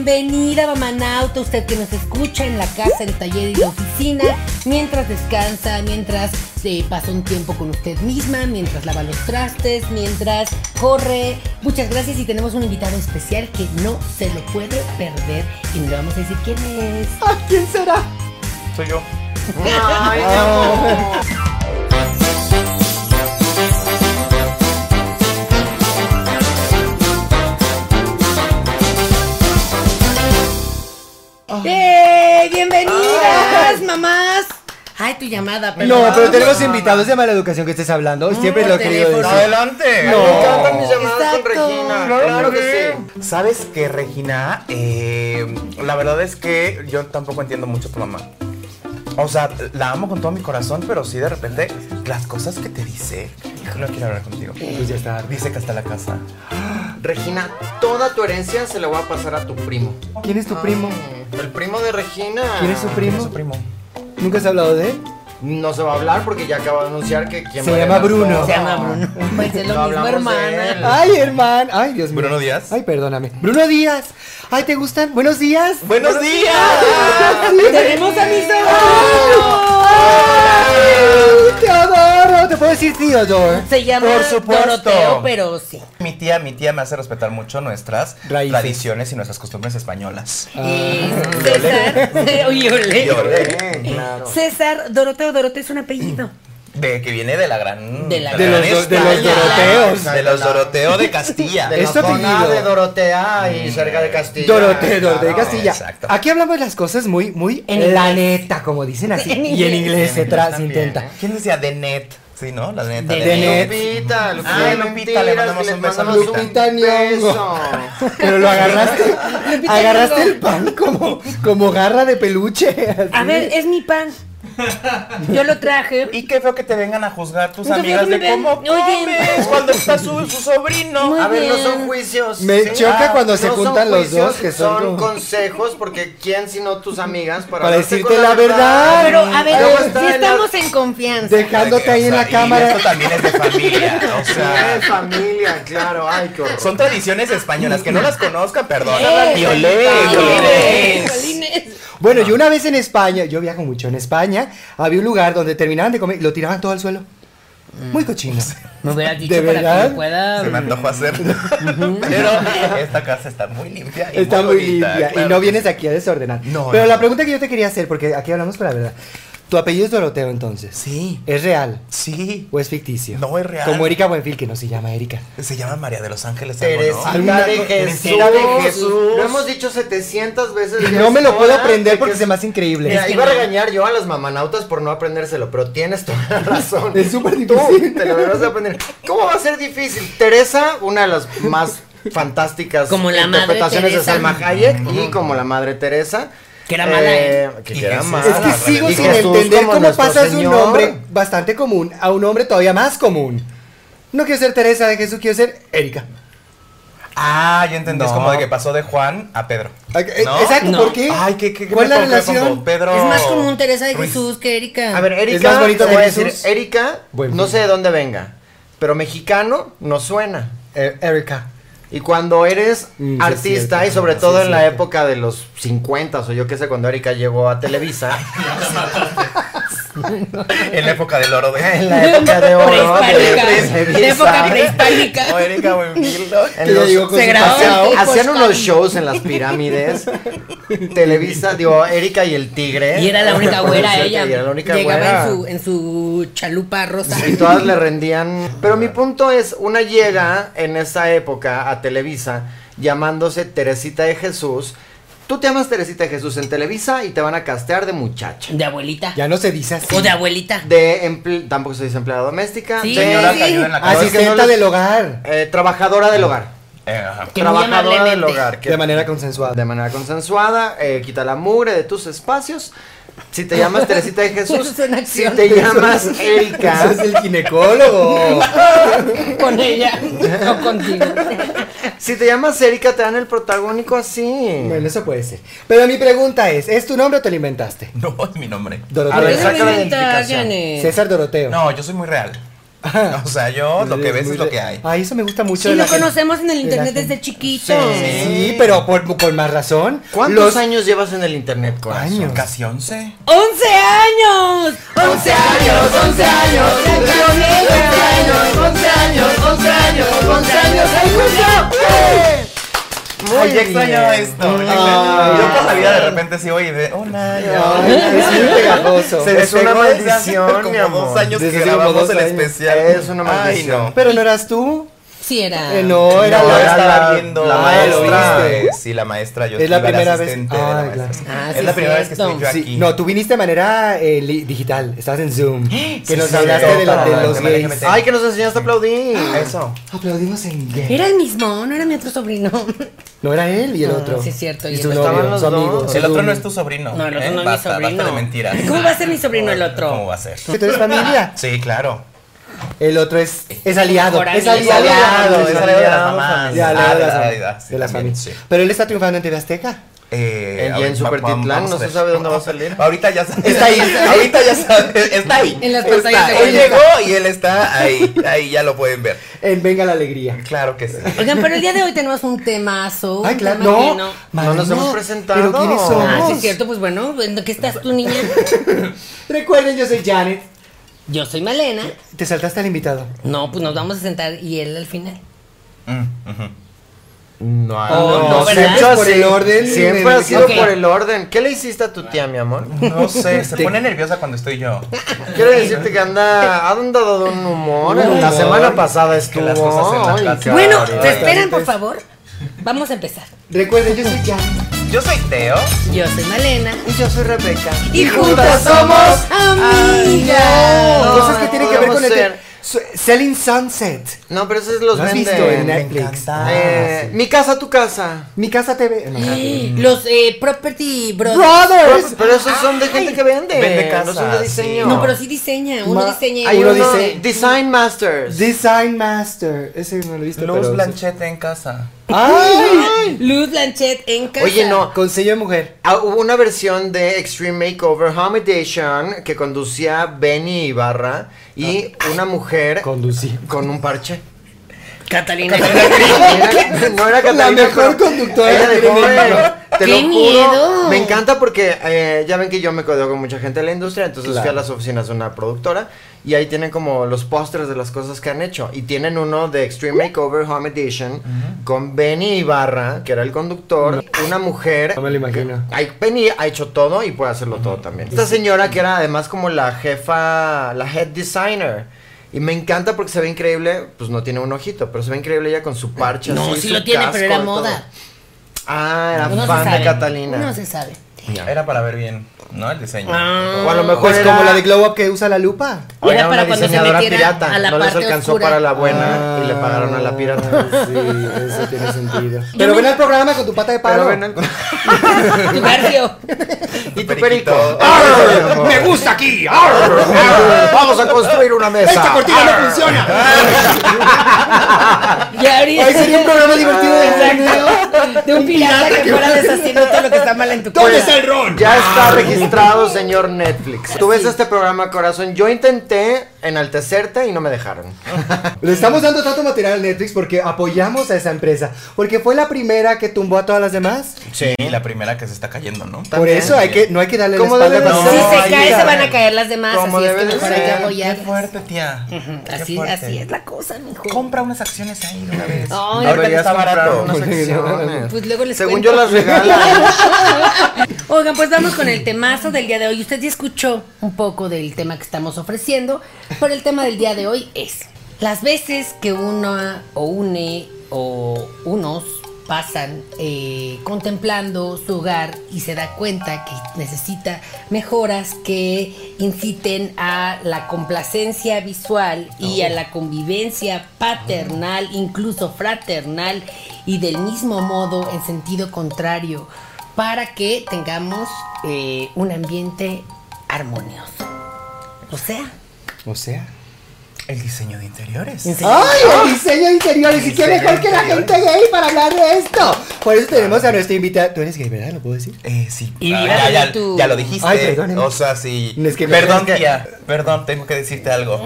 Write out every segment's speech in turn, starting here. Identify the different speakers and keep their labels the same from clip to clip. Speaker 1: Bienvenida, mamanauta, usted que nos escucha en la casa, el taller y la oficina, mientras descansa, mientras se pasa un tiempo con usted misma, mientras lava los trastes, mientras corre. Muchas gracias y tenemos un invitado especial que no se lo puede perder y no le vamos a decir quién es.
Speaker 2: ¿Ah, quién será?
Speaker 3: Soy yo.
Speaker 2: Ay, no.
Speaker 1: ¡Eh! ¡Bienvenidas, mamás! Ay, tu llamada,
Speaker 2: No,
Speaker 1: perdón.
Speaker 2: pero tenemos invitados de mala educación que estés hablando. Siempre lo he querido
Speaker 1: Mm, teléfono.
Speaker 2: decir.
Speaker 3: Adelante.
Speaker 2: No.
Speaker 3: Me encantan mis llamadas con
Speaker 1: Exacto.
Speaker 3: Regina.
Speaker 2: Claro
Speaker 3: que sí. ¿Sabes qué, Regina? Eh, la verdad es que yo tampoco entiendo mucho a tu mamá. O sea, la amo con todo mi corazón, pero sí de repente las cosas que te dice. No quiero hablar contigo.
Speaker 2: Pues ya está.
Speaker 3: Dice que hasta la casa.
Speaker 4: Regina, toda tu herencia se la va a pasar a tu primo. Mm,
Speaker 2: ¿Quién es tu primo?
Speaker 4: El primo de Regina.
Speaker 2: ¿Quién es su
Speaker 3: Ah, ¿Quién es
Speaker 2: primo?
Speaker 3: su primo?
Speaker 2: ¿Nunca has hablado de él?
Speaker 4: No se va a hablar porque ya acaba de anunciar que quien
Speaker 2: Se
Speaker 4: va a
Speaker 2: llama
Speaker 4: ganar
Speaker 2: Bruno.
Speaker 4: todo.
Speaker 2: Se
Speaker 1: llama Bruno. Pues es lo
Speaker 4: No
Speaker 1: mismo,
Speaker 4: hablamos de
Speaker 1: hermana.
Speaker 4: él.
Speaker 2: Ay, hermano. Ay, Dios mío.
Speaker 3: ¿Bruno Díaz?
Speaker 2: Ay, perdóname. Bruno Díaz. Ay, ¿te gustan? Buenos días.
Speaker 3: ¡Buenos días!
Speaker 1: ¡Tenemos a mi sobrino!
Speaker 2: Ay, te adoro. Te puedo decir tío, George.
Speaker 1: Se llama
Speaker 3: Por supuesto.
Speaker 1: Doroteo, pero sí.
Speaker 3: Mi tía, mi tía me hace respetar mucho nuestras
Speaker 2: Raíces.
Speaker 3: tradiciones y nuestras costumbres españolas.
Speaker 1: Eh, César. Oye, ole.
Speaker 3: Lloré.
Speaker 2: Ah.
Speaker 1: César Doroteo, Doroteo es un apellido.
Speaker 3: De que viene de la gran.
Speaker 1: De la
Speaker 2: De los do- de los
Speaker 3: España.
Speaker 2: Doroteos.
Speaker 3: De los Doroteo de Castilla.
Speaker 4: De la
Speaker 2: Es tu
Speaker 4: zona
Speaker 2: apellido.
Speaker 4: de Dorotea y cerca de Castilla.
Speaker 2: Doroteo, Doroteo de
Speaker 4: Claro.
Speaker 2: Castilla.
Speaker 3: exacto.
Speaker 2: Aquí hablamos las cosas muy, muy
Speaker 1: En
Speaker 2: en la
Speaker 1: inglés.
Speaker 2: neta, como dicen así.
Speaker 1: En
Speaker 2: y
Speaker 1: inglés.
Speaker 2: en inglés se, tra- se
Speaker 4: también,
Speaker 2: intenta.
Speaker 4: ¿eh?
Speaker 3: ¿Quién decía de Net? Sí, ¿no? La neta.
Speaker 1: De
Speaker 2: De Net.
Speaker 4: Lupita, Lupita.
Speaker 3: Ay,
Speaker 4: de
Speaker 3: Lupita,
Speaker 4: mentiras,
Speaker 3: le mandamos
Speaker 4: que
Speaker 3: un beso a
Speaker 4: mandamos
Speaker 3: Lupita.
Speaker 4: un beso.
Speaker 2: Pero lo agarraste.
Speaker 1: pita
Speaker 2: agarraste
Speaker 1: algo.
Speaker 2: el pan como, como garra de peluche. así.
Speaker 3: Ah,
Speaker 1: A ver, es mi pan. Yo lo traje.
Speaker 3: Y qué feo que te vengan a juzgar tus
Speaker 1: Qué feo
Speaker 3: amigas
Speaker 1: que me
Speaker 3: de
Speaker 1: vean.
Speaker 3: cómo
Speaker 1: Oye.
Speaker 3: comes cuando está su, su sobrino.
Speaker 1: Muy
Speaker 4: A ver, no
Speaker 1: bien.
Speaker 4: son juicios.
Speaker 2: Me
Speaker 4: ¿sí?
Speaker 2: choca
Speaker 4: Ah,
Speaker 2: cuando se
Speaker 4: no son
Speaker 2: juntan los
Speaker 4: juicios,
Speaker 2: dos que son
Speaker 4: Son
Speaker 2: como-
Speaker 4: consejos porque quién sino tus amigas para,
Speaker 2: Para
Speaker 4: darte
Speaker 2: decirte
Speaker 4: con
Speaker 2: la verdad.
Speaker 1: Pero, a
Speaker 4: Luego
Speaker 1: ver, eh,
Speaker 4: está
Speaker 1: si
Speaker 4: en la-
Speaker 1: estamos en confianza.
Speaker 2: Dejándote ahí en
Speaker 3: O sea,
Speaker 2: la
Speaker 3: y
Speaker 2: cámara.
Speaker 3: Esto también es de familia. O
Speaker 4: Ah,
Speaker 3: sea,
Speaker 4: de familia, claro. Ay, qué horror.
Speaker 3: son tradiciones españolas que no las conozcan, perdón.
Speaker 1: Eh,
Speaker 3: Violé,
Speaker 1: Ay,
Speaker 3: violé.
Speaker 1: Violines.
Speaker 2: Bueno, yo una vez en España, yo viajo mucho en España, había un lugar donde terminaban de comer y lo tiraban todo al suelo.
Speaker 3: Mm.
Speaker 2: Muy cochino.
Speaker 1: Me hubieras
Speaker 2: ¿De
Speaker 1: dicho para que
Speaker 2: verdad?
Speaker 1: me pueda.
Speaker 3: Se me antojó hacerlo. Pero esta casa está muy limpia. y
Speaker 2: Está muy
Speaker 3: bonita,
Speaker 2: limpia
Speaker 3: claro
Speaker 2: y no
Speaker 3: que
Speaker 2: vienes
Speaker 3: sí.
Speaker 2: aquí a desordenar.
Speaker 3: No,
Speaker 2: Pero
Speaker 3: no.
Speaker 2: la pregunta que yo te quería hacer, porque aquí hablamos con la verdad. ¿Tu apellido es Doroteo entonces?
Speaker 3: Sí.
Speaker 2: ¿Es real
Speaker 3: Sí.
Speaker 2: o es ficticio?
Speaker 3: No, es real.
Speaker 2: Como Erika Buenfil, que no se llama Erika.
Speaker 3: Se llama María de los Ángeles. algo, ¿no?
Speaker 2: Alguna
Speaker 4: Teresita de
Speaker 2: cosa-
Speaker 4: Jesús.
Speaker 2: Teresita de
Speaker 1: Jesús.
Speaker 4: Lo hemos dicho 700 veces. ya
Speaker 2: No me lo
Speaker 4: es
Speaker 2: puedo
Speaker 4: hora de
Speaker 2: aprender
Speaker 4: que
Speaker 2: porque
Speaker 4: es-
Speaker 2: se me hace increíble.
Speaker 4: Mira,
Speaker 1: Es que
Speaker 4: iba a
Speaker 1: no.
Speaker 4: regañar yo a las mamanautas por no aprendérselo, pero tienes toda la razón.
Speaker 2: Es súper difícil.
Speaker 4: Tú te lo deberás de aprender. ¿Cómo va a ser difícil? Teresa, una de las más fantásticas
Speaker 1: Como la madre
Speaker 4: interpretaciones
Speaker 1: Teresa.
Speaker 4: de Salma Hayek y como la madre Teresa.
Speaker 1: Que era mala, ¿eh?
Speaker 4: Que
Speaker 3: Y
Speaker 4: era
Speaker 3: Jesús.
Speaker 4: mala.
Speaker 2: Es que
Speaker 3: Ah,
Speaker 2: sigo
Speaker 3: y
Speaker 2: sin
Speaker 4: Jesús
Speaker 2: entender
Speaker 4: como
Speaker 2: cómo
Speaker 4: nuestro
Speaker 2: pasas de un
Speaker 4: Señor.
Speaker 2: nombre bastante común a un hombre todavía más común. No quiero ser Teresa de Jesús, quiero ser Erika.
Speaker 3: Ah, yo entendí. Es
Speaker 2: No.
Speaker 3: como de que pasó de Juan a Pedro.
Speaker 2: Ay, eh,
Speaker 3: ¿No?
Speaker 2: Exacto,
Speaker 1: No.
Speaker 2: ¿por qué?
Speaker 3: Ay, ¿qué, qué, qué
Speaker 2: ¿Cuál es
Speaker 3: me
Speaker 2: la
Speaker 3: confío con
Speaker 2: relación?
Speaker 3: vos, Pedro.
Speaker 1: Es más común Teresa de
Speaker 3: Ruiz.
Speaker 1: Jesús que Erika.
Speaker 4: A ver, Erika,
Speaker 2: Es más bonito
Speaker 4: te voy
Speaker 2: que
Speaker 4: a decir,
Speaker 2: Jesús.
Speaker 4: Erika,
Speaker 2: Buen
Speaker 4: no
Speaker 2: fin.
Speaker 4: sé de dónde venga, pero mexicano no suena.
Speaker 2: Eh, Erika.
Speaker 4: Y cuando eres
Speaker 2: Mm, sí,
Speaker 4: artista,
Speaker 2: es
Speaker 4: y sobre
Speaker 2: cierto,
Speaker 4: todo en
Speaker 2: sí, es
Speaker 4: la
Speaker 2: cierto.
Speaker 4: época de los 50 o yo qué sé, cuando Erika llegó a Televisa,
Speaker 3: En la época del oro de
Speaker 4: en la época de oro de
Speaker 1: Prehispánica. De época
Speaker 4: Televisa,
Speaker 1: prehispánica.
Speaker 3: O Erika Buenfil, ¿no?
Speaker 4: en
Speaker 2: Que ya
Speaker 4: los-
Speaker 2: llegó con
Speaker 1: se
Speaker 2: su
Speaker 1: grabó.
Speaker 2: paseo.
Speaker 1: Tipo
Speaker 4: hacían unos
Speaker 1: Stalin.
Speaker 4: shows en las pirámides, Televisa, digo, Erika y el Tigre.
Speaker 1: Y era la única güera
Speaker 4: Producción que-
Speaker 1: ella.
Speaker 4: Y ¿eh? era la única
Speaker 1: Llegaba
Speaker 4: güera.
Speaker 1: En, su, en su chalupa rosa.
Speaker 4: Y todas le rendían. Pero mi punto es, una llega en esa época a Televisa llamándose Teresita de Jesús. Tú te llamas Teresita de Jesús en Televisa y te van a castear de muchacha.
Speaker 1: De abuelita.
Speaker 2: Ya no se dice así.
Speaker 1: O de abuelita.
Speaker 4: De empl- tampoco se dice empleada doméstica.
Speaker 1: Sí,
Speaker 4: de-
Speaker 3: Señora
Speaker 1: sí.
Speaker 3: cayó en la
Speaker 4: Ah,
Speaker 3: casa.
Speaker 4: sí.
Speaker 2: Asistenta
Speaker 4: no les-
Speaker 2: del hogar.
Speaker 4: eh, trabajadora del hogar.
Speaker 3: Eh, ajá.
Speaker 1: Que muy
Speaker 4: trabajadora del
Speaker 1: amablemente.
Speaker 4: hogar. que-
Speaker 2: De manera consensuada.
Speaker 4: de manera consensuada, eh, quita la mugre de tus espacios. Si te llamas Teresita de Jesús,
Speaker 1: Eso es una
Speaker 4: si
Speaker 1: acción.
Speaker 4: te llamas
Speaker 2: Eso
Speaker 4: Erika,
Speaker 2: es el ginecólogo.
Speaker 1: Con ella. o contigo.
Speaker 4: si te llamas Erika, te dan el protagónico así.
Speaker 2: bueno, eso puede ser. Pero mi pregunta es, ¿es tu nombre o te lo inventaste?
Speaker 3: No, es mi nombre.
Speaker 2: Doroteo.
Speaker 4: A ver,
Speaker 1: Eso
Speaker 4: saca la
Speaker 1: me inventa,
Speaker 4: identificación.
Speaker 1: Janet.
Speaker 2: César Doroteo.
Speaker 3: No, yo soy muy real. O sea, yo lo que ves
Speaker 2: Ah. muy
Speaker 3: es lo
Speaker 2: re-
Speaker 3: que hay.
Speaker 2: Ay, eso me gusta mucho.
Speaker 1: Sí,
Speaker 2: de la
Speaker 1: lo
Speaker 2: gente.
Speaker 1: conocemos en el
Speaker 2: de la
Speaker 1: internet
Speaker 2: gente.
Speaker 1: desde chiquito.
Speaker 4: Sí.
Speaker 2: Sí, pero por- con más razón.
Speaker 4: ¿Cuántos
Speaker 2: Los-
Speaker 4: años llevas en el internet, corazón?
Speaker 2: Años.
Speaker 3: Casi 11.
Speaker 1: ¡11 años! ¡11 años! ¡11 años!
Speaker 4: Muy
Speaker 3: Ay, ya extrañaba
Speaker 4: bien.
Speaker 3: esto. ya
Speaker 2: Ay.
Speaker 3: extrañaba. Yo por la vida de repente sí, oye, de un
Speaker 2: Ay,
Speaker 3: año.
Speaker 2: es muy pegajoso.
Speaker 4: Se- Es
Speaker 3: Despegó
Speaker 4: una
Speaker 3: desde hace
Speaker 4: maldición, mi
Speaker 3: Como dos
Speaker 4: amor.
Speaker 3: años que
Speaker 2: Desde hace como
Speaker 3: grabamos
Speaker 2: dos
Speaker 3: el
Speaker 2: años.
Speaker 3: especial.
Speaker 4: Es una maldición.
Speaker 3: Ay, no.
Speaker 2: Pero no eras tú.
Speaker 1: Sí Ah. era.
Speaker 2: Eh, no, era
Speaker 3: No,
Speaker 2: la.
Speaker 4: era
Speaker 3: estaba
Speaker 4: la-
Speaker 3: viendo
Speaker 4: la
Speaker 2: Ah,
Speaker 3: la
Speaker 2: maestra.
Speaker 3: maestra. eh, Sí, la maestra. Yo
Speaker 2: Es la
Speaker 3: iba al
Speaker 2: primera vez.
Speaker 3: asistente de la
Speaker 2: Ah,
Speaker 3: maestra.
Speaker 1: claro. Ah,
Speaker 3: Es
Speaker 1: sí,
Speaker 3: la primera vez que
Speaker 1: cierto.
Speaker 3: estoy yo
Speaker 2: Sí,
Speaker 3: aquí.
Speaker 2: no, tú viniste de manera eh, li- digital. Estabas en Zoom. Que
Speaker 3: Sí,
Speaker 2: nos
Speaker 3: sí,
Speaker 2: hablaste
Speaker 3: sí,
Speaker 2: de, la- de
Speaker 3: sí,
Speaker 2: los
Speaker 3: sí, sí,
Speaker 2: gays.
Speaker 3: sí.
Speaker 4: Ay, que nos enseñaste a aplaudir.
Speaker 3: Eso.
Speaker 2: Aplaudimos en gay.
Speaker 1: Era el mismo, no era mi otro sobrino.
Speaker 2: No era él y el
Speaker 1: No,
Speaker 2: otro.
Speaker 1: sí es cierto,
Speaker 2: Y
Speaker 1: y
Speaker 2: su
Speaker 1: el
Speaker 4: otro. Estaban
Speaker 2: novio,
Speaker 4: los
Speaker 2: su amigo.
Speaker 4: dos.
Speaker 2: su
Speaker 3: El otro
Speaker 2: novio.
Speaker 3: no es tu sobrino.
Speaker 1: No, el otro
Speaker 3: ¿eh?
Speaker 1: no es mi
Speaker 3: Basta,
Speaker 1: sobrino.
Speaker 3: Basta de mentiras.
Speaker 1: ¿Cómo va a ser mi sobrino el otro?
Speaker 3: ¿Cómo va a ser?
Speaker 2: Que tú eres familia.
Speaker 3: Sí, claro.
Speaker 2: El otro es, es aliado.
Speaker 1: Mejor
Speaker 2: Es
Speaker 1: amigo.
Speaker 2: aliado.
Speaker 1: Es aliado,
Speaker 2: es
Speaker 3: es
Speaker 2: aliado.
Speaker 3: aliado de las
Speaker 4: aliado,
Speaker 3: mamás.
Speaker 2: De aliado
Speaker 3: Ah,
Speaker 2: de las
Speaker 3: la-
Speaker 2: familias.
Speaker 3: la- sí,
Speaker 2: de las
Speaker 3: también,
Speaker 2: familias.
Speaker 3: sí.
Speaker 2: Pero él está triunfando en TV Azteca.
Speaker 3: Eh,
Speaker 4: Y
Speaker 3: ahora
Speaker 4: en
Speaker 3: va-
Speaker 4: Supertitlán,
Speaker 3: vamos
Speaker 4: no
Speaker 3: a
Speaker 4: se
Speaker 3: ver.
Speaker 4: sabe dónde va a salir.
Speaker 3: Ahorita ya sabe. Está ahí. Ahorita ya sabe. Está ahí.
Speaker 1: En las
Speaker 3: Está
Speaker 1: pantallas de
Speaker 3: ahí. Él
Speaker 1: Guadalupe.
Speaker 3: llegó y él está ahí. Ahí ya lo pueden ver.
Speaker 2: En Venga la Alegría.
Speaker 3: Claro que sí.
Speaker 1: Oigan, pero el día de hoy tenemos un temazo. un
Speaker 2: Ay, claro.
Speaker 1: tema
Speaker 2: No,
Speaker 1: que
Speaker 2: madre,
Speaker 4: No nos hemos presentado.
Speaker 2: Pero ¿quiénes
Speaker 1: Ah, sí es
Speaker 2: somos?
Speaker 1: cierto, pues bueno, ¿en qué estás tú, niña?
Speaker 2: Recuerden, yo soy Janet.
Speaker 1: Yo soy Malena.
Speaker 2: Te saltaste al invitado.
Speaker 1: No, pues nos vamos a sentar y él al final.
Speaker 3: Mm, ujú.
Speaker 4: No,
Speaker 1: Oh, no, ¿verdad?
Speaker 4: siempre
Speaker 2: Por
Speaker 4: ha sido-
Speaker 2: el orden.
Speaker 4: Siempre ha sido
Speaker 1: Ok.
Speaker 4: por el orden. ¿Qué le hiciste a tu tía, mi amor?
Speaker 3: No sé, se
Speaker 2: Te-
Speaker 3: pone nerviosa cuando estoy yo.
Speaker 4: Quiero decirte que anda, ha andado de un humor.
Speaker 2: Un
Speaker 4: La
Speaker 2: humor.
Speaker 4: semana pasada
Speaker 3: que
Speaker 4: estuvo.
Speaker 3: las cosas en la
Speaker 4: Ay,
Speaker 3: plaza.
Speaker 4: qué
Speaker 1: bueno,
Speaker 4: barbaridad.
Speaker 1: ¿se esperan, por favor? Vamos a empezar.
Speaker 2: Recuerden, yo soy Janet.
Speaker 3: Yo soy Teo.
Speaker 1: Yo soy Malena.
Speaker 4: Y yo soy Rebeca.
Speaker 1: Y juntas somos amigas.
Speaker 4: No,
Speaker 2: Cosas que tienen que ver
Speaker 4: podemos
Speaker 2: con el.
Speaker 4: ser.
Speaker 2: Su- Selling Sunset.
Speaker 4: No, pero esos los
Speaker 2: ¿Lo has
Speaker 4: venden.
Speaker 2: visto en
Speaker 3: Me
Speaker 2: Netflix? Ah,
Speaker 3: encanta.
Speaker 4: Eh, Mi casa, tu casa.
Speaker 2: Mi casa TV. No,
Speaker 1: Los eh, Property Brothers.
Speaker 2: Brothers.
Speaker 4: Pero esos son de gente que vende.
Speaker 3: Vende casas,
Speaker 4: No son de
Speaker 3: sí.
Speaker 4: diseño.
Speaker 1: No, pero sí diseña. Uno
Speaker 2: Ma-
Speaker 1: diseña y
Speaker 4: Hay
Speaker 2: Uno
Speaker 4: uno
Speaker 2: dice-
Speaker 4: Design Masters.
Speaker 2: Design Master. Ese no lo he visto.
Speaker 3: Luz
Speaker 2: pero-
Speaker 3: Blanchete en casa.
Speaker 2: ¡Ay!
Speaker 1: Luz Lanchet en casa.
Speaker 4: Oye, no.
Speaker 2: Con sello de mujer.
Speaker 4: Ah, Hubo una versión de Extreme Makeover Accommodation que conducía Benny Ibarra y
Speaker 2: Ah,
Speaker 4: una mujer
Speaker 2: Conducí.
Speaker 4: con un parche.
Speaker 1: Catalina.
Speaker 4: Era- no era Catalina,
Speaker 2: La mejor
Speaker 4: pero
Speaker 2: conductora
Speaker 4: ella
Speaker 2: de
Speaker 4: dejó
Speaker 2: Benny
Speaker 4: de-
Speaker 2: Ibarra.
Speaker 4: Te lo
Speaker 1: ¡Qué
Speaker 4: juro,
Speaker 1: miedo!
Speaker 4: me encanta porque eh, ya ven que yo me codeo con mucha gente de la industria, entonces fui
Speaker 2: Claro.
Speaker 4: a las oficinas de una productora y ahí tienen como los pósters de las cosas que han hecho y tienen uno de Extreme Makeover Home Edition con Benny Ibarra, que era el conductor, una mujer
Speaker 2: No me lo imagino.
Speaker 4: Ay, Penny ha hecho todo y puede hacerlo todo también. Esta señora que era además como la jefa, la head designer. Y me encanta porque se ve increíble, pues no tiene un ojito, pero se ve increíble ella con su parche.
Speaker 1: No,
Speaker 4: así,
Speaker 1: sí
Speaker 4: su
Speaker 1: lo tiene,
Speaker 4: casco
Speaker 1: pero era
Speaker 4: y todo.
Speaker 1: moda.
Speaker 4: Ah, era
Speaker 1: No se
Speaker 4: fan de
Speaker 1: sabe.
Speaker 4: Catalina.
Speaker 1: No se sabe.
Speaker 3: Era para ver bien, ¿no? El diseño.
Speaker 1: Ah.
Speaker 4: O a lo mejor
Speaker 2: Pues
Speaker 4: era-
Speaker 2: como la de Glow Up que usa la lupa.
Speaker 4: o
Speaker 1: Era
Speaker 4: era
Speaker 1: para
Speaker 4: una
Speaker 1: cuando se
Speaker 4: diseñadora
Speaker 1: metiera
Speaker 4: pirata.
Speaker 1: a la
Speaker 4: no les
Speaker 1: parte
Speaker 4: alcanzó
Speaker 1: oscura. Ah.
Speaker 4: para la buena y le pagaron a la pirata.
Speaker 2: Ah, Sí, eso tiene sentido. Pero ven al programa con tu pata de
Speaker 4: Pero
Speaker 2: palo.
Speaker 4: ven, el-
Speaker 1: Tu barrio.
Speaker 4: y tu
Speaker 3: Periquito.
Speaker 4: perico.
Speaker 1: Ah.
Speaker 4: ¡Arr! Me gusta aquí. ¡Arr! ¡Arr! Vamos a construir una mesa.
Speaker 2: ¡Esta cortina no funciona!
Speaker 1: Y ahorita.
Speaker 2: Ay, sería un programa divertido de
Speaker 1: Exacto. De un pirata que fuera deshaciendo todo lo que está mal en tu
Speaker 2: ¿Dónde
Speaker 1: casa.
Speaker 2: está el ron?
Speaker 4: Ya
Speaker 3: Ah.
Speaker 4: está registrado, señor Netflix. Tú ves este programa, corazón. Yo intenté enaltecerte y no me dejaron.
Speaker 2: Le estamos dando tanto material a Netflix porque apoyamos a esa empresa. Porque fue la primera que tumbó a todas las demás.
Speaker 3: Sí. Y la primera que se está cayendo, ¿no?
Speaker 2: Por eso hay que, no hay que darle la
Speaker 4: ¿Cómo
Speaker 2: espalda
Speaker 4: debe de
Speaker 2: para
Speaker 4: ser?
Speaker 1: Si
Speaker 4: No,
Speaker 1: se
Speaker 4: ahí
Speaker 1: cae,
Speaker 4: ya.
Speaker 1: se van a caer las demás.
Speaker 4: Como
Speaker 1: Así es que
Speaker 4: debe de
Speaker 1: mejor hay que
Speaker 4: ser.
Speaker 3: Qué
Speaker 1: apoyarlas.
Speaker 3: fuerte, tía.
Speaker 1: Ujú,
Speaker 3: Qué
Speaker 1: Así,
Speaker 3: fuerte.
Speaker 1: así es la cosa, mijo.
Speaker 3: Compra unas acciones ahí de una vez.
Speaker 1: Ay,
Speaker 3: Ahorita que está barato.
Speaker 4: unas acciones.
Speaker 1: Pues luego les
Speaker 4: Según
Speaker 1: cuento.
Speaker 4: yo las regalan.
Speaker 1: Oigan, pues vamos con el temazo del día de hoy. Usted ya escuchó un poco del tema que estamos ofreciendo, pero el tema del día de hoy es las veces que uno o une o unos pasan eh, contemplando su hogar y se da cuenta que necesita mejoras que inciten a la complacencia visual y a la convivencia paternal, incluso fraternal, y del mismo modo en sentido contrario para que tengamos eh, un ambiente armonioso. O sea,
Speaker 2: O sea,
Speaker 3: El diseño de interiores.
Speaker 1: ¡Ah!
Speaker 2: ¡Ay, el diseño de interiores! ¿Y qué
Speaker 3: Diseño
Speaker 2: mejor que la
Speaker 3: interiores.
Speaker 2: gente gay para hablar de esto? Por eso tenemos a nuestra invitada. ¿Tú eres gay, verdad? ¿Lo puedo decir?
Speaker 3: Eh, sí.
Speaker 1: Y
Speaker 3: Ah,
Speaker 1: viva
Speaker 3: ya, ya,
Speaker 1: tu-
Speaker 3: ya lo dijiste.
Speaker 2: Ay, perdóneme.
Speaker 3: O sea, sí.
Speaker 2: No, es que-
Speaker 3: perdón,
Speaker 2: es que-
Speaker 3: tía. Perdón, tengo que decirte algo.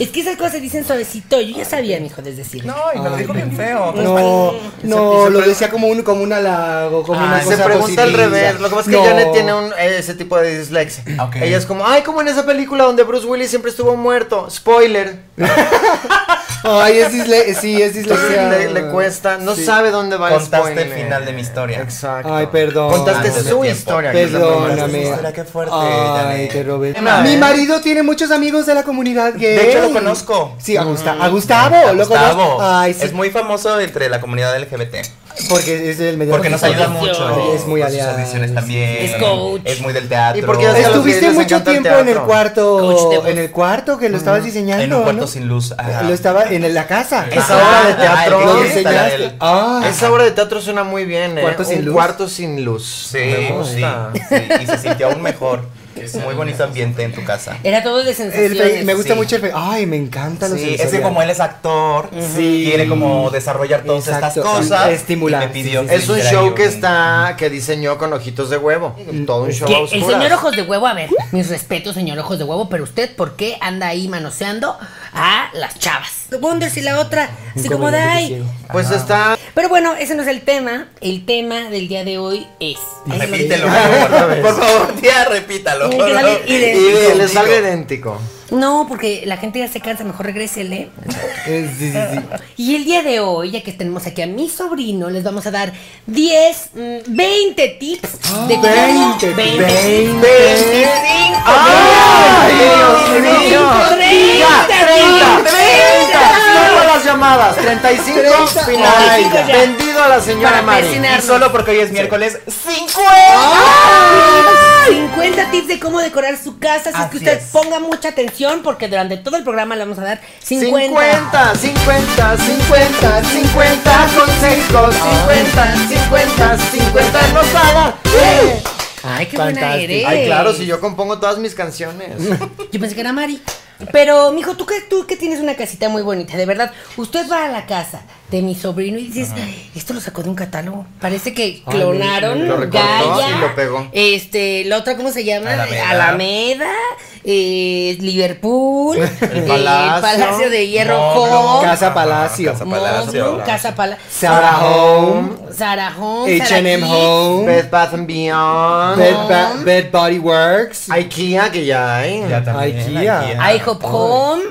Speaker 1: Es que esas cosas se dicen suavecito. Yo ya sabía, mijo, desde siempre.
Speaker 3: No, y me lo dijo bien
Speaker 2: No,
Speaker 3: feo. Se-
Speaker 2: no,
Speaker 3: se-
Speaker 2: lo
Speaker 3: se-
Speaker 2: decía como un, como un halago, como
Speaker 3: Ah,
Speaker 2: una
Speaker 4: Se
Speaker 2: cosa
Speaker 4: pregunta al
Speaker 2: positiva.
Speaker 4: revés. Lo que pasa es que
Speaker 2: No.
Speaker 4: Janet tiene un, eh, ese tipo de dislexia.
Speaker 3: Ah, ok.
Speaker 4: Ella es como, ay, como en esa película donde Bruce Willis siempre estuvo muerto. Spoiler.
Speaker 2: Ay, es disle... sí, es dislexia.
Speaker 4: le, le cuesta, no
Speaker 2: Sí.
Speaker 4: sabe dónde va el
Speaker 3: pues, Contaste
Speaker 4: spoiler.
Speaker 3: el final de mi historia.
Speaker 4: Exacto.
Speaker 2: Ay, perdón.
Speaker 4: Contaste
Speaker 3: Antes de
Speaker 4: su
Speaker 3: tiempo.
Speaker 4: historia. que es la primera
Speaker 2: Perdóname.
Speaker 4: vez.
Speaker 3: Historia, qué fuerte,
Speaker 2: Ay,
Speaker 3: Janet.
Speaker 2: te robé.
Speaker 4: Nada,
Speaker 2: Mi
Speaker 4: ¿eh?
Speaker 2: marido tiene muchos amigos de la comunidad gay.
Speaker 3: De hecho, lo conozco.
Speaker 2: Sí, a, Gusta- a Gustavo.
Speaker 3: A
Speaker 2: lo
Speaker 3: Gustavo.
Speaker 2: conozco. Ay, sí,
Speaker 3: Es muy famoso entre la comunidad LGBT.
Speaker 2: porque es el medio.
Speaker 3: Porque nos ayuda
Speaker 1: audiciones.
Speaker 3: mucho.
Speaker 2: Es muy
Speaker 3: con sus
Speaker 2: aliado.
Speaker 3: audiciones también.
Speaker 1: Es coach.
Speaker 3: Es muy del teatro.
Speaker 4: Y porque hace los-
Speaker 2: Estuviste
Speaker 4: les
Speaker 2: mucho
Speaker 4: encanta el
Speaker 2: tiempo en el
Speaker 1: Coach
Speaker 4: teatro.
Speaker 1: de voz.
Speaker 2: cuarto, en el cuarto que lo estabas diseñando,
Speaker 3: En un cuarto
Speaker 2: ¿no?
Speaker 3: sin luz. ajá.
Speaker 2: Lo estaba en la casa.
Speaker 4: Esa
Speaker 2: Ah,
Speaker 4: obra de teatro.
Speaker 2: Lo
Speaker 4: Ahí
Speaker 3: está la
Speaker 2: diseñaste.
Speaker 3: del-
Speaker 2: Ah,
Speaker 4: Esa obra de teatro suena muy bien, ¿eh?
Speaker 2: Cuarto sin
Speaker 4: Un
Speaker 2: luz.
Speaker 4: cuarto sin luz.
Speaker 3: Sí, sí,
Speaker 4: gusta.
Speaker 3: sí, Y se sintió aún mejor. Muy bonito ambiente en tu casa.
Speaker 1: Era todo de sensaciones.
Speaker 2: el fe- me gusta
Speaker 3: sí.
Speaker 2: mucho el fe- Ay, me encanta los
Speaker 3: Sí, es que como él es actor, quiere como desarrollar todas
Speaker 2: Exacto,
Speaker 3: estas cosas.
Speaker 2: estimular,
Speaker 3: y me pidió
Speaker 2: sí, sí,
Speaker 3: que
Speaker 4: Es un
Speaker 3: hiciera
Speaker 4: show
Speaker 3: yo
Speaker 4: que está que diseñó con ojitos de huevo. Todo un show
Speaker 1: Que
Speaker 4: a
Speaker 1: el
Speaker 4: oscuras.
Speaker 1: señor Ojos de Huevo, a ver, mis respetos, señor Ojos de Huevo, pero usted, ¿por qué anda ahí manoseando a las chavas? Wonders y la otra, así como de ay.
Speaker 4: Pues está
Speaker 1: Pero bueno, ese no es el tema. El tema del día de hoy es. Ay,
Speaker 3: Repítelo,
Speaker 1: lo
Speaker 3: por favor, por favor, tía, repítalo.
Speaker 1: Tiene que salir
Speaker 4: y
Speaker 1: idéntico.
Speaker 4: que le salga idéntico.
Speaker 1: dije. No, porque la gente ya se cansa, mejor regrésele.
Speaker 2: Eh, sí, sí, sí.
Speaker 1: Y el día de hoy, ya que tenemos aquí a mi sobrino, les vamos a dar 10, mm, 20 tips de cómo- 20,
Speaker 2: 20, 20.
Speaker 1: 25.
Speaker 4: ¡Ay, Dios mío!
Speaker 1: 30, 30,
Speaker 4: 30,
Speaker 1: 30.
Speaker 4: Cierro las llamadas. 35
Speaker 1: Ay,
Speaker 4: finales.
Speaker 1: ya.
Speaker 4: Vendido a la señora
Speaker 1: Para
Speaker 4: Mari.
Speaker 1: presionar.
Speaker 3: Y solo porque hoy es miércoles 5.
Speaker 1: 50 tips de cómo decorar su casa, así, que
Speaker 3: Así
Speaker 1: usted
Speaker 3: es.
Speaker 1: ponga mucha atención porque durante todo el programa le vamos a dar 50.
Speaker 4: 50, 50, 50, 50 consejos,
Speaker 2: Ah.
Speaker 4: 50, 50, 50 no pagas.
Speaker 1: Ay, qué buena
Speaker 2: Fantástico.
Speaker 1: eres.
Speaker 4: Ay, claro, si yo compongo todas mis canciones.
Speaker 1: Yo pensé que era Mari. Pero, mijo, tú que, tú que tienes una casita muy bonita, de verdad. Usted va a la casa de mi sobrino y dices, esto lo sacó de un catálogo. Parece que clonaron
Speaker 4: lo recortó
Speaker 1: Gaia.
Speaker 4: y lo pegó.
Speaker 1: Este, la otra, ¿cómo se llama?
Speaker 3: Alameda.
Speaker 1: Alameda, eh, Liverpool, el
Speaker 4: Palacio.
Speaker 1: Palacio de Hierro
Speaker 3: No,
Speaker 1: Home,
Speaker 3: no,
Speaker 2: Casa Palacio.
Speaker 3: Casa
Speaker 1: Monroe,
Speaker 3: Palacio.
Speaker 1: Casa Pala-
Speaker 2: Sarah Home,
Speaker 1: Sarah Home,
Speaker 2: H&M
Speaker 1: Sarah
Speaker 2: Home,
Speaker 4: Bed Bath and Beyond,
Speaker 2: Bed, Ba- Bed Body Works.
Speaker 4: IKEA que ya hay.
Speaker 3: Ya también,
Speaker 2: IKEA.
Speaker 1: Kids,
Speaker 3: IKEA.
Speaker 1: IHOP Home.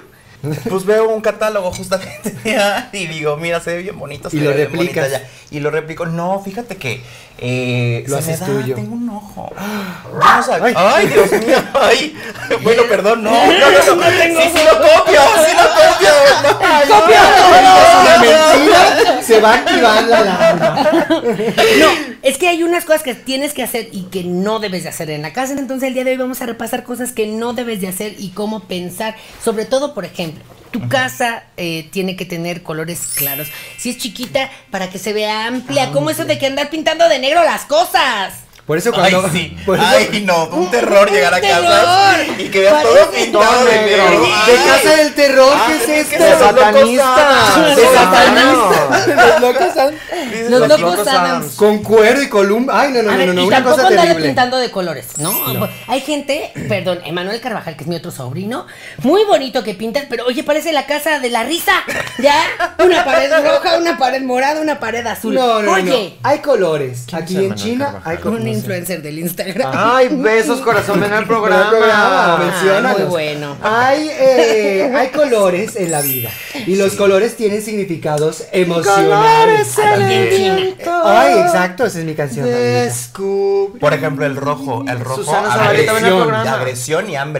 Speaker 3: Pues veo un catálogo justamente tía, y digo, mira, se ve bien bonito. se
Speaker 2: Y
Speaker 3: ve
Speaker 2: lo
Speaker 3: bien
Speaker 2: replicas.
Speaker 3: bonita ya. Y lo replico. No, fíjate que eh,
Speaker 2: Lo
Speaker 3: se me
Speaker 2: haces
Speaker 3: da,
Speaker 2: tuyo.
Speaker 3: Tengo un ojo. Yo no sab-
Speaker 2: Ay.
Speaker 3: ay. Dios mío. Ay. Bueno, perdón, no. No, no, no. sí, sí lo copio, sí lo copio. No, ay, no.
Speaker 2: La mentira se va a activar la alarma.
Speaker 1: No, es que hay unas cosas que tienes que hacer y que no debes de hacer en la casa. Entonces el día de hoy vamos a repasar cosas que no debes de hacer y cómo pensar. Sobre todo, por ejemplo, tu casa eh, tiene que tener colores claros. Si es chiquita, para que se vea amplia. ¿Cómo eso de que andar pintando de negro las cosas?
Speaker 2: Por eso
Speaker 3: Ay,
Speaker 2: cuando...
Speaker 3: sí.
Speaker 2: por eso-
Speaker 3: Ay, no. Un terror llegar a
Speaker 1: un
Speaker 3: casa
Speaker 1: terror.
Speaker 3: y que veas todo
Speaker 1: Parece
Speaker 3: pintado
Speaker 4: todo
Speaker 3: de
Speaker 4: negro.
Speaker 3: negro.
Speaker 4: Ay.
Speaker 2: ¿De casa del terror qué es
Speaker 3: es que
Speaker 2: esto?
Speaker 3: se
Speaker 4: De
Speaker 3: Los locos
Speaker 4: satanista.
Speaker 3: Adams.
Speaker 4: De
Speaker 3: Los
Speaker 4: satanista.
Speaker 2: Los locos son-
Speaker 3: Dices,
Speaker 1: Los,
Speaker 4: Los
Speaker 1: locos,
Speaker 4: Locos
Speaker 1: Adams.
Speaker 4: Adams.
Speaker 2: Con cuero y columna. Ay, no, no,
Speaker 1: A
Speaker 2: no,
Speaker 1: ver,
Speaker 2: no, no,
Speaker 1: y
Speaker 2: una
Speaker 1: tampoco
Speaker 2: cosa
Speaker 1: andarle
Speaker 2: terrible.
Speaker 1: pintando de colores, ¿no? Hay gente, perdón, Emanuel Carvajal, que es mi otro sobrino, muy bonito que pinta, pero oye, parece la casa de la risa, ¿ya? Una pared roja, una pared morada, una pared azul.
Speaker 2: No, no,
Speaker 1: oye,
Speaker 2: no. Hay colores. Aquí en
Speaker 4: Manuel
Speaker 2: China
Speaker 4: Carvajal?
Speaker 2: hay colores.
Speaker 1: un influencer del Instagram.
Speaker 2: Ah,
Speaker 4: Ay, besos corazón, ven al
Speaker 2: programa,
Speaker 4: programa. Ah,
Speaker 2: menciónanos.
Speaker 1: muy bueno.
Speaker 2: Hay, eh, hay colores en la vida y los colores tienen significados emocionales. Ay, exacto, esa es mi canción. favorita.
Speaker 4: Descubre.
Speaker 3: Por ejemplo, el rojo. El rojo.
Speaker 4: Susana Zabaleta
Speaker 2: venía al
Speaker 3: agresión,
Speaker 4: programa.
Speaker 3: agresión y hambre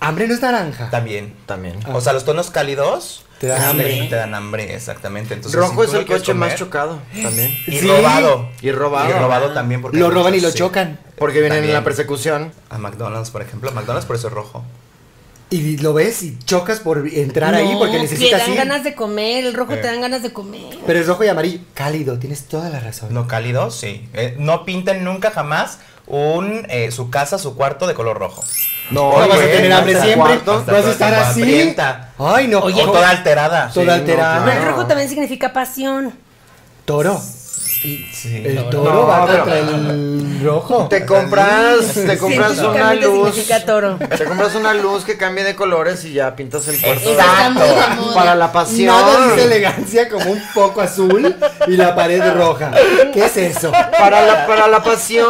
Speaker 2: Hambre no es naranja.
Speaker 3: también.
Speaker 4: También.
Speaker 3: O sea, los tonos cálidos
Speaker 2: Te dan
Speaker 3: sí,
Speaker 2: hambre.
Speaker 3: Te dan hambre, exactamente. Entonces,
Speaker 4: Rojo
Speaker 3: si tú
Speaker 4: es
Speaker 3: lo
Speaker 4: el
Speaker 3: quieres
Speaker 4: coche
Speaker 3: comer,
Speaker 4: más chocado también.
Speaker 3: Y
Speaker 2: Sí.
Speaker 3: robado.
Speaker 4: Y robado.
Speaker 3: Y robado también porque
Speaker 2: Lo
Speaker 3: hay
Speaker 2: roban y
Speaker 3: muchos,
Speaker 2: lo
Speaker 3: sí.
Speaker 2: chocan.
Speaker 4: Porque vienen en
Speaker 3: También.
Speaker 4: la persecución.
Speaker 3: A McDonald's, por ejemplo. McDonald's por eso es rojo.
Speaker 2: Y lo ves y chocas por entrar ahí
Speaker 1: No,
Speaker 2: porque
Speaker 1: Te
Speaker 2: necesitas
Speaker 1: dan
Speaker 2: ir.
Speaker 1: ganas de comer, el rojo
Speaker 3: Eh.
Speaker 1: te dan ganas de comer.
Speaker 2: Pero es rojo y amarillo. Cálido, tienes toda la razón.
Speaker 3: Lo cálido, sí. Eh, no pinten nunca jamás un eh, su casa, su cuarto de color rojo.
Speaker 4: No,
Speaker 2: No vas a
Speaker 3: güey,
Speaker 2: tener hambre
Speaker 3: hasta
Speaker 2: siempre.
Speaker 3: cuarto, hasta
Speaker 2: vas a
Speaker 3: toda
Speaker 2: estar
Speaker 3: esta
Speaker 2: así.
Speaker 3: hambrienta.
Speaker 2: Ay, no.
Speaker 3: O toda alterada.
Speaker 2: Toda
Speaker 4: Sí, no,
Speaker 2: alterada.
Speaker 1: Pero el
Speaker 4: claro.
Speaker 1: rojo también significa pasión.
Speaker 2: Toro.
Speaker 3: Sí,
Speaker 2: El
Speaker 3: no,
Speaker 2: toro
Speaker 3: no,
Speaker 2: va
Speaker 4: pero-
Speaker 2: contra el rojo.
Speaker 4: Te compras, te compras una
Speaker 1: Científicamente
Speaker 4: luz.
Speaker 1: significa toro.
Speaker 4: Te compras una luz que cambie de colores y ya pintas el cuarto.
Speaker 1: Eso está muy de moda.
Speaker 4: Para la pasión.
Speaker 2: Nada dice elegancia como un poco azul y la pared roja. ¿Qué es eso?
Speaker 4: Para la, para la pasión.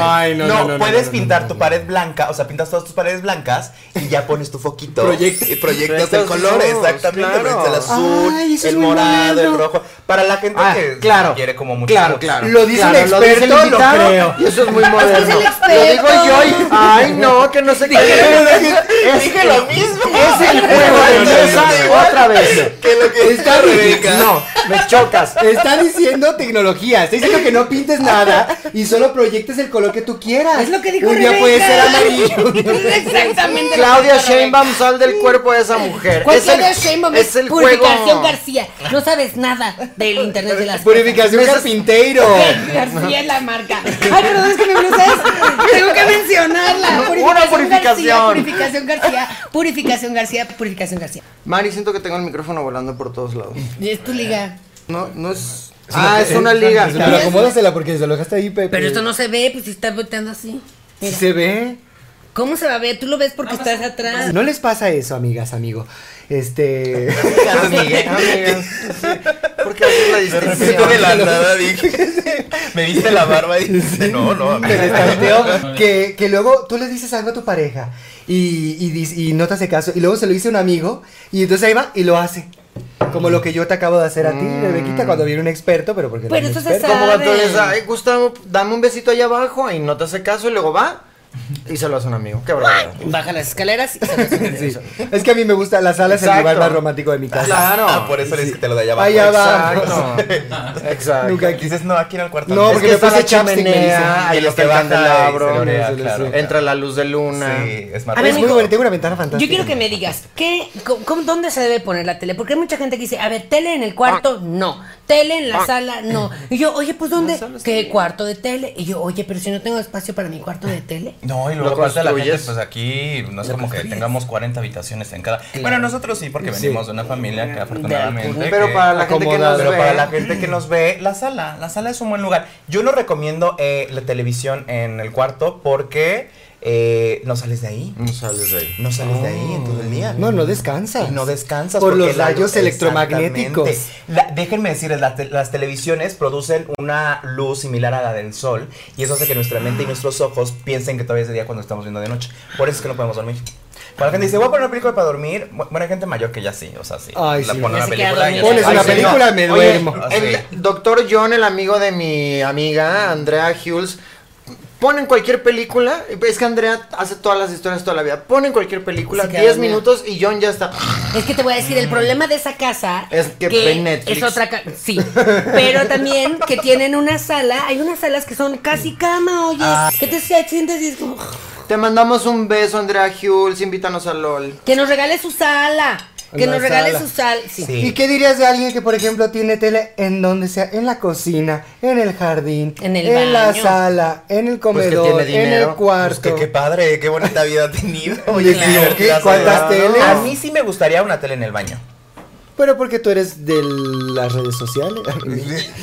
Speaker 2: Ay, no, no, no, no,
Speaker 3: puedes
Speaker 2: no, no,
Speaker 3: pintar
Speaker 2: no,
Speaker 3: tu
Speaker 2: no.
Speaker 3: pared blanca, o sea, pintas todas tus paredes blancas y ya pones tu foquito.
Speaker 2: Proyectas-
Speaker 3: y proyectas de
Speaker 4: Proyectas
Speaker 3: color,
Speaker 4: luz,
Speaker 3: exactamente.
Speaker 4: claro.
Speaker 3: metes El azul,
Speaker 2: Ay, eso es
Speaker 3: el
Speaker 2: muy
Speaker 3: morado,
Speaker 2: bueno.
Speaker 3: el rojo. Para la gente
Speaker 4: Ah,
Speaker 3: que
Speaker 4: claro.
Speaker 3: quiere como mucho.
Speaker 4: Claro, claro.
Speaker 2: Lo dice el
Speaker 4: Claro, dice
Speaker 2: experto, lo
Speaker 4: invitado,
Speaker 2: creo.
Speaker 4: Y eso es muy moderno.
Speaker 1: el
Speaker 4: Lo
Speaker 1: experto.
Speaker 4: digo yo y- Ay, no, que no sé qué.
Speaker 3: Dije lo mismo.
Speaker 4: Es el juego de
Speaker 3: No, no, no,
Speaker 4: mesa
Speaker 3: no, no.
Speaker 4: ah, otra vez.
Speaker 3: Que lo que
Speaker 2: Está
Speaker 3: dice
Speaker 2: bien.
Speaker 3: Rebeca.
Speaker 4: No, me chocas.
Speaker 2: Está diciendo tecnología, está diciendo que no pintes nada y solo proyectes el color que tú quieras.
Speaker 1: Es lo que dijo
Speaker 2: Un día
Speaker 1: Rebeca.
Speaker 2: puede ser amarillo. un día puede
Speaker 1: Es
Speaker 2: ser-
Speaker 1: Exactamente. lo que
Speaker 4: Claudia
Speaker 1: dijo Rebeca.
Speaker 4: Sheinbaum sal del cuerpo de esa mujer.
Speaker 1: ¿Cuál
Speaker 4: Es el,
Speaker 1: Claudia Sheinbaum
Speaker 4: es el juego.
Speaker 1: Purificación García. No sabes nada del internet de las
Speaker 2: Purificación carpinteiro.
Speaker 1: García es la marca. Ay, perdón, es que mi blusa es. Tengo que mencionarla.
Speaker 4: Una
Speaker 1: García,
Speaker 4: purificación.
Speaker 1: purificación García. Purificación García. Purificación García.
Speaker 4: Mari, siento que tengo el micrófono volando por todos lados.
Speaker 1: Y Es tu liga.
Speaker 4: No, no es.
Speaker 2: una-
Speaker 4: Ah, es una liga.
Speaker 2: Pero acomódasela porque se lo dejaste ahí, Pepe.
Speaker 1: Pero esto no se ve, pues si está volteando así.
Speaker 2: Sí se ve.
Speaker 1: ¿Cómo se va a ver? Tú lo ves porque estás atrás.
Speaker 2: ¿No les pasa eso, amigas, amigo? Este.
Speaker 4: Amigas, ¿Por qué haces la
Speaker 3: De repente de
Speaker 4: distinción?
Speaker 3: la nada dije, me viste la barba y dijiste, no, no,
Speaker 2: Te
Speaker 3: amiga".
Speaker 2: destanteo, que, que luego tú le dices algo a tu pareja y, y, dis- y no te hace caso. Y luego se lo dice un amigo y entonces ahí va y lo hace. Como lo que yo te acabo de hacer a ti, Rebequita, cuando viene un experto, pero porque no
Speaker 1: Pero
Speaker 2: es un
Speaker 1: eso se
Speaker 2: experto.
Speaker 4: Como cuando
Speaker 1: sabe.
Speaker 4: le dices, ay, Gustavo, dame un besito allá abajo y no te hace caso y luego va y se lo hace un amigo. Qué bravo.
Speaker 1: Baja las escaleras. y se ve.
Speaker 2: Sí. Es que a mí me gusta, la sala es el
Speaker 4: Exacto.
Speaker 2: lugar más romántico de mi casa.
Speaker 4: Claro.
Speaker 3: Ah, por eso le dije que te lo de allá abajo.
Speaker 2: Allá abajo.
Speaker 4: Exacto. Exacto.
Speaker 2: Nunca
Speaker 3: Y Dices, no, aquí en el cuarto.
Speaker 2: No,
Speaker 3: Es
Speaker 2: porque
Speaker 3: que
Speaker 2: me
Speaker 4: es que está
Speaker 2: pasa
Speaker 4: la
Speaker 2: chapstick, me
Speaker 4: chimenea,
Speaker 2: dicen.
Speaker 4: ahí
Speaker 3: Y lo
Speaker 4: está
Speaker 3: que
Speaker 4: el este
Speaker 3: baja y se
Speaker 4: candelabro,
Speaker 3: lorea,
Speaker 2: se
Speaker 3: claro.
Speaker 2: lorea.
Speaker 4: Entra la luz de luna.
Speaker 3: Sí,
Speaker 1: A
Speaker 3: es
Speaker 1: ver,
Speaker 2: Es
Speaker 3: maravilloso.
Speaker 2: muy
Speaker 1: amigo,
Speaker 2: bueno, tengo una ventana fantástica.
Speaker 1: Yo quiero que me digas, ¿qué, cómo- cómo- ¿dónde se debe poner la tele? Porque hay mucha gente que dice, a ver, tele en el cuarto,
Speaker 4: Ah.
Speaker 1: no. Tele en la sala, no. Y yo, oye, pues ¿dónde? ¿Qué cuarto de tele? Y yo, oye, pero si no tengo espacio para mi cuarto de tele.
Speaker 3: No, y luego
Speaker 4: Lo
Speaker 3: aparte de la gente,
Speaker 4: construyes.
Speaker 3: pues aquí no es como que
Speaker 1: construyes.
Speaker 3: tengamos 40 habitaciones en cada. Bueno, nosotros sí, porque
Speaker 2: Sí.
Speaker 3: venimos de una familia que afortunadamente.
Speaker 4: Pero
Speaker 3: que-
Speaker 4: para la gente que
Speaker 2: acomodado.
Speaker 4: nos
Speaker 3: Pero
Speaker 4: ve.
Speaker 3: para la gente que nos ve, la sala, la sala es un buen lugar. Yo no recomiendo eh, la televisión en el cuarto porque eh, no sales de ahí.
Speaker 4: No sales de ahí.
Speaker 3: No sales de ahí en todo el día.
Speaker 2: No, no descansas.
Speaker 3: Y no descansas.
Speaker 2: Por
Speaker 3: porque
Speaker 2: los
Speaker 3: la luz-
Speaker 2: rayos electromagnéticos.
Speaker 3: Exactamente. La- déjenme decirles, la te- las televisiones producen una luz similar a la del sol y eso hace que nuestra mente y nuestros ojos piensen que todavía es de día cuando estamos viendo de noche. Por eso es que no podemos dormir. Cuando la gente dice, voy a poner una película para dormir, bu- bueno, hay gente mayor que ya sí, o sea, sí.
Speaker 2: Ay,
Speaker 3: la
Speaker 2: sí.
Speaker 3: pone
Speaker 1: Ya
Speaker 3: una
Speaker 1: se queda
Speaker 3: película
Speaker 1: dormida.
Speaker 3: y ya
Speaker 2: Pones
Speaker 3: sí.
Speaker 2: una
Speaker 3: Ay, sí, no.
Speaker 2: película, me
Speaker 4: Oye,
Speaker 2: duermo.
Speaker 4: el
Speaker 3: Sí.
Speaker 4: doctor John, el amigo de mi amiga Andrea Hughes, ponen cualquier película. Es que Andrea hace todas las historias toda la vida. Ponen cualquier película,
Speaker 1: Se queda
Speaker 4: 10
Speaker 1: dormida.
Speaker 4: minutos y John ya está.
Speaker 1: Es que te voy a decir, el problema de esa casa
Speaker 4: Es que ve Netflix.
Speaker 1: es otra casa. Sí. Pero también que tienen una sala, hay unas salas que son casi cama, oye.
Speaker 4: Ah.
Speaker 1: Que te sientes y es como,
Speaker 4: Te mandamos un beso, Andrea Hughes. Invítanos a LOL.
Speaker 1: que nos regale su sala. Que
Speaker 2: La
Speaker 1: nos regale
Speaker 2: sala.
Speaker 1: su sala. Sí.
Speaker 3: Sí.
Speaker 2: ¿Y qué dirías de alguien que, por ejemplo, tiene tele en donde sea? En la cocina, en el jardín,
Speaker 1: En el
Speaker 2: la
Speaker 1: baño.
Speaker 2: sala, en el comedor,
Speaker 4: tiene
Speaker 2: en el
Speaker 4: dinero.
Speaker 2: cuarto.
Speaker 3: Pues que qué padre, qué bonita vida ha tenido.
Speaker 2: Oye,
Speaker 3: Claro,
Speaker 2: claro, ¿qué?
Speaker 3: claro.
Speaker 2: ¿Cuántas teles?
Speaker 3: A mí sí me gustaría una tele en el baño.
Speaker 2: Pero porque tú eres de las redes sociales.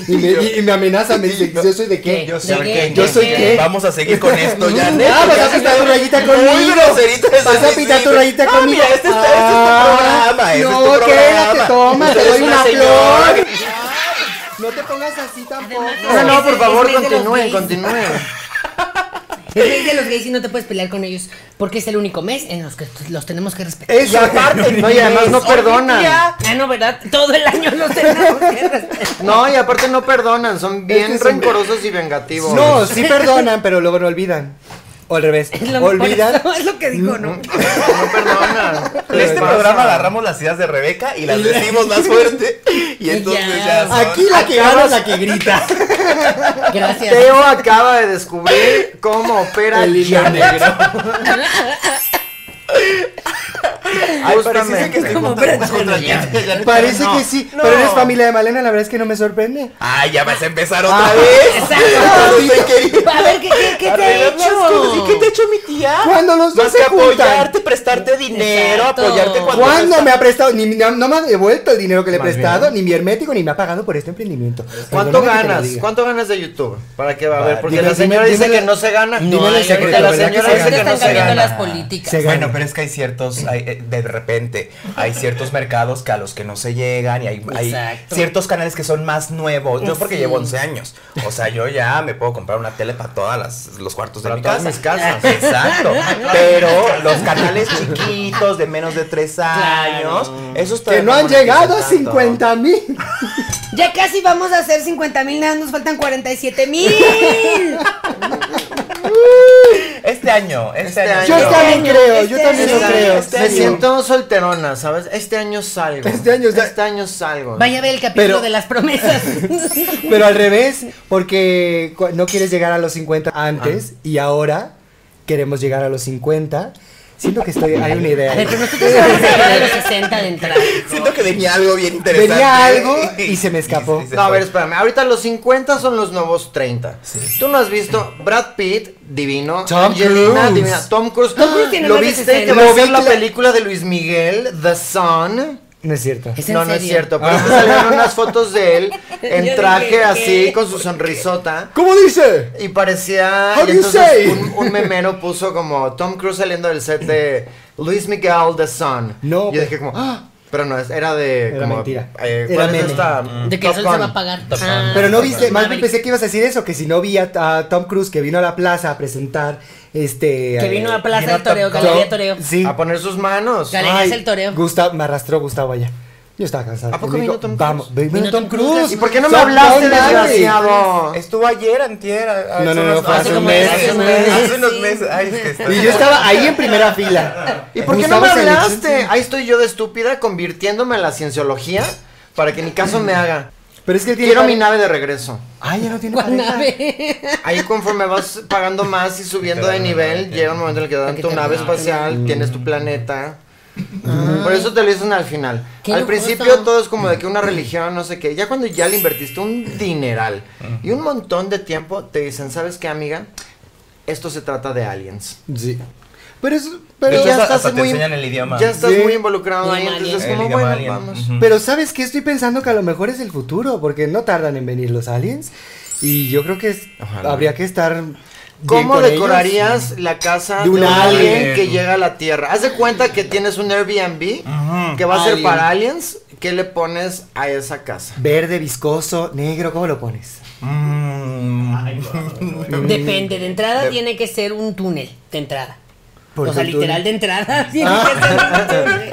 Speaker 2: y, me, y- y me amenaza, me dice, ¿yo soy de qué?
Speaker 3: Yo soy
Speaker 1: ¿De
Speaker 3: qué.
Speaker 1: qué?
Speaker 2: ¿Yo soy qué?
Speaker 3: Vamos a seguir con esto ya.
Speaker 2: Ah, vas a pintar tu rayita conmigo.
Speaker 3: Muy groserita esa
Speaker 2: Vas a
Speaker 3: sí,
Speaker 2: pintar
Speaker 3: sí.
Speaker 2: tu rayita
Speaker 3: Ah,
Speaker 2: conmigo. Ah.
Speaker 3: mira, este es- este es tu programa, este es
Speaker 2: No,
Speaker 3: tu programa.
Speaker 2: quédate, toma, te
Speaker 3: Eres
Speaker 2: doy
Speaker 3: una
Speaker 2: una
Speaker 3: señora.
Speaker 2: flor. No te pongas así tampoco.
Speaker 4: No, no, por
Speaker 1: Es-
Speaker 4: favor,
Speaker 1: es ley de los
Speaker 4: continúen,
Speaker 1: gays.
Speaker 4: continúen.
Speaker 1: Es ley de los gays y no te puedes pelear con ellos porque es el único mes en los que los tenemos que respetar.
Speaker 2: Eh,
Speaker 4: Y aparte, no, y además no perdonan.
Speaker 1: Ah, no, ¿verdad? Todo el año los tenemos que respetar.
Speaker 4: No, y aparte no perdonan. Son bien
Speaker 2: que es un-
Speaker 4: rencorosos y vengativos.
Speaker 2: No, sí perdonan, pero luego no olvidan. O al revés,
Speaker 1: Es lo,
Speaker 2: olvidan.
Speaker 1: por eso es lo que digo, ¿no?
Speaker 4: no perdonan.
Speaker 3: En este
Speaker 4: Pasa.
Speaker 3: programa agarramos las ideas de Rebeca y las decimos más fuerte. Y entonces
Speaker 1: ya.
Speaker 3: ya. son-
Speaker 2: Aquí la que gana es la que grita.
Speaker 1: Gracias.
Speaker 4: Teo acaba de descubrir cómo opera
Speaker 2: El hilo
Speaker 4: Janet.
Speaker 2: negro.
Speaker 3: Ay, parece que
Speaker 4: Justamente.
Speaker 3: estoy
Speaker 1: Como
Speaker 3: contando
Speaker 1: Brad
Speaker 3: contra
Speaker 1: Pitt.
Speaker 3: ya- ya- ya-
Speaker 2: Parece
Speaker 3: no.
Speaker 2: que sí,
Speaker 3: No.
Speaker 2: pero eres familia Ah. de Malena, la verdad es que no me sorprende.
Speaker 3: Ay, ya vas a empezar otra
Speaker 4: A
Speaker 3: vez.
Speaker 1: A ver, ¿qué, qué, qué te ha
Speaker 3: Arreglar las cosas. ¿Y
Speaker 1: hecho?
Speaker 3: qué te ha hecho mi tía?
Speaker 2: ¿Cuándo los dos
Speaker 3: Más que
Speaker 2: se juntan?
Speaker 3: apoyarte, prestarte dinero,
Speaker 1: Exacto.
Speaker 3: apoyarte cuando. no
Speaker 2: ¿Cuándo
Speaker 3: está-
Speaker 2: me ha prestado? Ni, no, no me ha devuelto el dinero que le he
Speaker 4: Más
Speaker 2: prestado, ni mi hermético, ni me ha pagado por este emprendimiento.
Speaker 4: ¿Cuánto
Speaker 2: Perdóname que te lo
Speaker 4: ganas?
Speaker 2: diga.
Speaker 4: ¿Cuánto ganas de YouTube? ¿Para qué va a ver? Porque
Speaker 2: Dime-
Speaker 4: la señora
Speaker 2: dime-
Speaker 4: dice
Speaker 2: dime-
Speaker 4: que no se gana.
Speaker 2: dime el
Speaker 4: ahorita
Speaker 2: secreto,
Speaker 4: la
Speaker 2: ¿verdad que
Speaker 4: señora
Speaker 2: se
Speaker 4: dice
Speaker 2: gana?
Speaker 4: que no
Speaker 1: están
Speaker 4: se
Speaker 1: cambiando
Speaker 4: gana.
Speaker 1: las políticas.
Speaker 2: Se
Speaker 3: Bueno,
Speaker 2: gana.
Speaker 3: pero es que hay ciertos, hay, eh, de repente, hay ciertos mercados que a los que no se llegan y hay, hay
Speaker 1: Exacto.
Speaker 3: ciertos canales que son más nuevos. Yo porque
Speaker 1: Sí.
Speaker 3: llevo 11 años. O sea, yo ya me puedo comprar una tele para todos los cuartos de
Speaker 4: Para
Speaker 3: mi
Speaker 4: todas
Speaker 3: casa.
Speaker 4: mis casas.
Speaker 3: Exacto. Pero los canales chiquitos de menos de 3 años, esos
Speaker 2: Que
Speaker 3: todavía
Speaker 2: no han llegado a
Speaker 3: monetizan tanto.
Speaker 2: 50 mil.
Speaker 1: Ya casi vamos a hacer 50 mil, nada, nos faltan 47 mil.
Speaker 3: Este año, este,
Speaker 4: Este
Speaker 3: año.
Speaker 4: año.
Speaker 2: Yo
Speaker 4: Este
Speaker 2: también
Speaker 1: año,
Speaker 2: creo,
Speaker 1: este
Speaker 2: yo también
Speaker 1: año,
Speaker 2: lo creo.
Speaker 3: este
Speaker 4: Me
Speaker 3: año.
Speaker 4: siento solterona, ¿sabes? Este año salgo.
Speaker 2: Este año sal-
Speaker 4: Este año salgo.
Speaker 1: Vaya a ver el capítulo
Speaker 2: Pero-
Speaker 1: de las promesas.
Speaker 2: Pero al revés, porque cu- no quieres llegar a los 50 antes
Speaker 4: Ah.
Speaker 2: y ahora queremos llegar a los 50. Siento que estoy, hay una
Speaker 1: A ver, pero
Speaker 2: idea.
Speaker 1: nosotros vamos a hablar de los 60 de entrada.
Speaker 3: Siento que venía algo bien interesante.
Speaker 2: Venía algo y se me escapó.
Speaker 3: se
Speaker 4: No, a
Speaker 3: fue.
Speaker 4: ver, espérame. Ahorita los 50 son los nuevos 30. Tú no has visto Brad Pitt, divino.
Speaker 2: Tom
Speaker 4: Angelina,
Speaker 2: Cruise.
Speaker 4: divina. Tom Cruise.
Speaker 1: Tom Cruise tiene
Speaker 4: ¿Lo
Speaker 1: más de
Speaker 4: viste?
Speaker 1: 60.
Speaker 4: Que va
Speaker 2: Lo
Speaker 4: a ser
Speaker 2: vi
Speaker 4: la
Speaker 2: cla-
Speaker 4: película de Luis Miguel, The Sun.
Speaker 2: No es cierto.
Speaker 1: ¿Es en
Speaker 4: No, no es
Speaker 1: serio?
Speaker 4: cierto. Pero salieron unas fotos de él
Speaker 1: Yo
Speaker 4: en
Speaker 1: dije,
Speaker 4: traje
Speaker 1: ¿qué?
Speaker 4: así, con su sonrisota.
Speaker 2: ¿Cómo dice?
Speaker 4: Y parecía.
Speaker 2: How
Speaker 4: y
Speaker 2: do you say?
Speaker 4: entonces un, un memero puso como Tom Cruise saliendo del set de Luis Miguel The Sun.
Speaker 2: No,
Speaker 4: Yo
Speaker 2: pe-
Speaker 4: dije como. "Ah", Pero no, es- era de.
Speaker 2: Era
Speaker 4: como,
Speaker 2: mentira.
Speaker 4: eh,
Speaker 2: Era
Speaker 4: ¿cuál es
Speaker 2: meme.
Speaker 4: esta?
Speaker 1: Mm. De que el
Speaker 4: Top
Speaker 1: sol
Speaker 4: Gun.
Speaker 1: se va a apagar. Ah,
Speaker 2: Pero no
Speaker 1: Top
Speaker 2: viste,
Speaker 1: Gun.
Speaker 2: más bien
Speaker 1: Maverick.
Speaker 2: pensé que ibas a decir eso, que si no vi a, a Tom Cruise que vino a la plaza a presentar este...
Speaker 1: Que
Speaker 2: eh,
Speaker 1: vino a Plaza
Speaker 3: vino
Speaker 1: de Toreo,
Speaker 3: Top Gun.
Speaker 1: Galería Toreo.
Speaker 2: Sí.
Speaker 4: A poner sus manos.
Speaker 1: Gale- Galerías del Toreo.
Speaker 2: Gustavo, me arrastró Gustavo allá. Yo estaba cansado.
Speaker 4: ¿A poco
Speaker 2: Me
Speaker 4: vino
Speaker 2: dijo,
Speaker 4: Tom Cruise?
Speaker 2: Vamos, vino,
Speaker 1: Vino
Speaker 2: Tom
Speaker 1: Tom Cruise.
Speaker 2: Cruise.
Speaker 4: ¿Y por qué no me
Speaker 2: Son
Speaker 4: hablaste,
Speaker 2: Tom Hanks.
Speaker 4: desgraciado?
Speaker 3: Estuvo ayer, antier. a- a-
Speaker 2: No, no,
Speaker 3: hace
Speaker 2: no,
Speaker 3: unos-
Speaker 2: fue hace un mes.
Speaker 3: Hace,
Speaker 1: Hace un mes.
Speaker 3: unos
Speaker 1: Sí.
Speaker 3: meses. Ay, es que estoy-
Speaker 2: Y yo estaba ahí en primera fila.
Speaker 4: ¿Y por qué no
Speaker 2: Gustavo
Speaker 4: me
Speaker 2: se le-
Speaker 4: hablaste? Ahí estoy yo de estúpida convirtiéndome en la cienciología para que ni caso me haga.
Speaker 2: Pero es que él tiene
Speaker 4: Quiero mi
Speaker 2: pareja.
Speaker 4: nave de regreso.
Speaker 2: Ay, Ah, ya no tiene
Speaker 1: ¿Cuál
Speaker 2: pareja.
Speaker 1: nave?
Speaker 4: Ahí conforme vas pagando más y subiendo
Speaker 3: Te
Speaker 4: de
Speaker 3: dan una
Speaker 4: nivel,
Speaker 3: nave,
Speaker 4: llega un momento en el que te dan
Speaker 1: Aquí
Speaker 4: tu
Speaker 1: te
Speaker 4: nave
Speaker 1: dan.
Speaker 4: espacial, tienes tu planeta. Por eso te lo dicen al final.
Speaker 1: Qué
Speaker 4: al
Speaker 1: lujoso.
Speaker 4: principio todo es como de que una religión, no sé qué. Ya cuando ya le invertiste un dineral y un montón de tiempo, te dicen, ¿sabes qué, amiga? Esto se trata de aliens.
Speaker 2: Sí. Pero es.
Speaker 3: De
Speaker 2: Pero,
Speaker 3: hecho, hasta- hasta te enseñan el idioma.
Speaker 4: Ya estás
Speaker 2: Sí.
Speaker 4: muy involucrado ahí,
Speaker 1: Idioma
Speaker 4: entonces
Speaker 3: alien.
Speaker 4: como
Speaker 3: El
Speaker 4: bueno,
Speaker 3: idioma alien.
Speaker 4: vamos.
Speaker 3: Ujú.
Speaker 2: pero ¿sabes qué? Estoy pensando que a lo mejor es el futuro, porque no tardan en venir los aliens. Y yo creo que es-
Speaker 4: Ojalá.
Speaker 2: habría que estar. bien
Speaker 4: ¿Cómo
Speaker 2: con ellos.
Speaker 4: decorarías la casa
Speaker 2: De
Speaker 4: de
Speaker 2: un
Speaker 4: un alien,
Speaker 3: alien.
Speaker 4: que llega a la Tierra? Haz de cuenta que tienes un Airbnb que va a ser
Speaker 1: Alien.
Speaker 4: para aliens. ¿Qué le pones a esa casa?
Speaker 2: Verde, viscoso, negro, ¿cómo lo pones?
Speaker 3: Mm.
Speaker 1: Depende, de entrada tiene que ser un túnel, de entrada.
Speaker 2: ¿Por
Speaker 1: o sea,
Speaker 2: qué
Speaker 1: literal
Speaker 2: túnel?
Speaker 1: de entrada tiene que ser un túnel.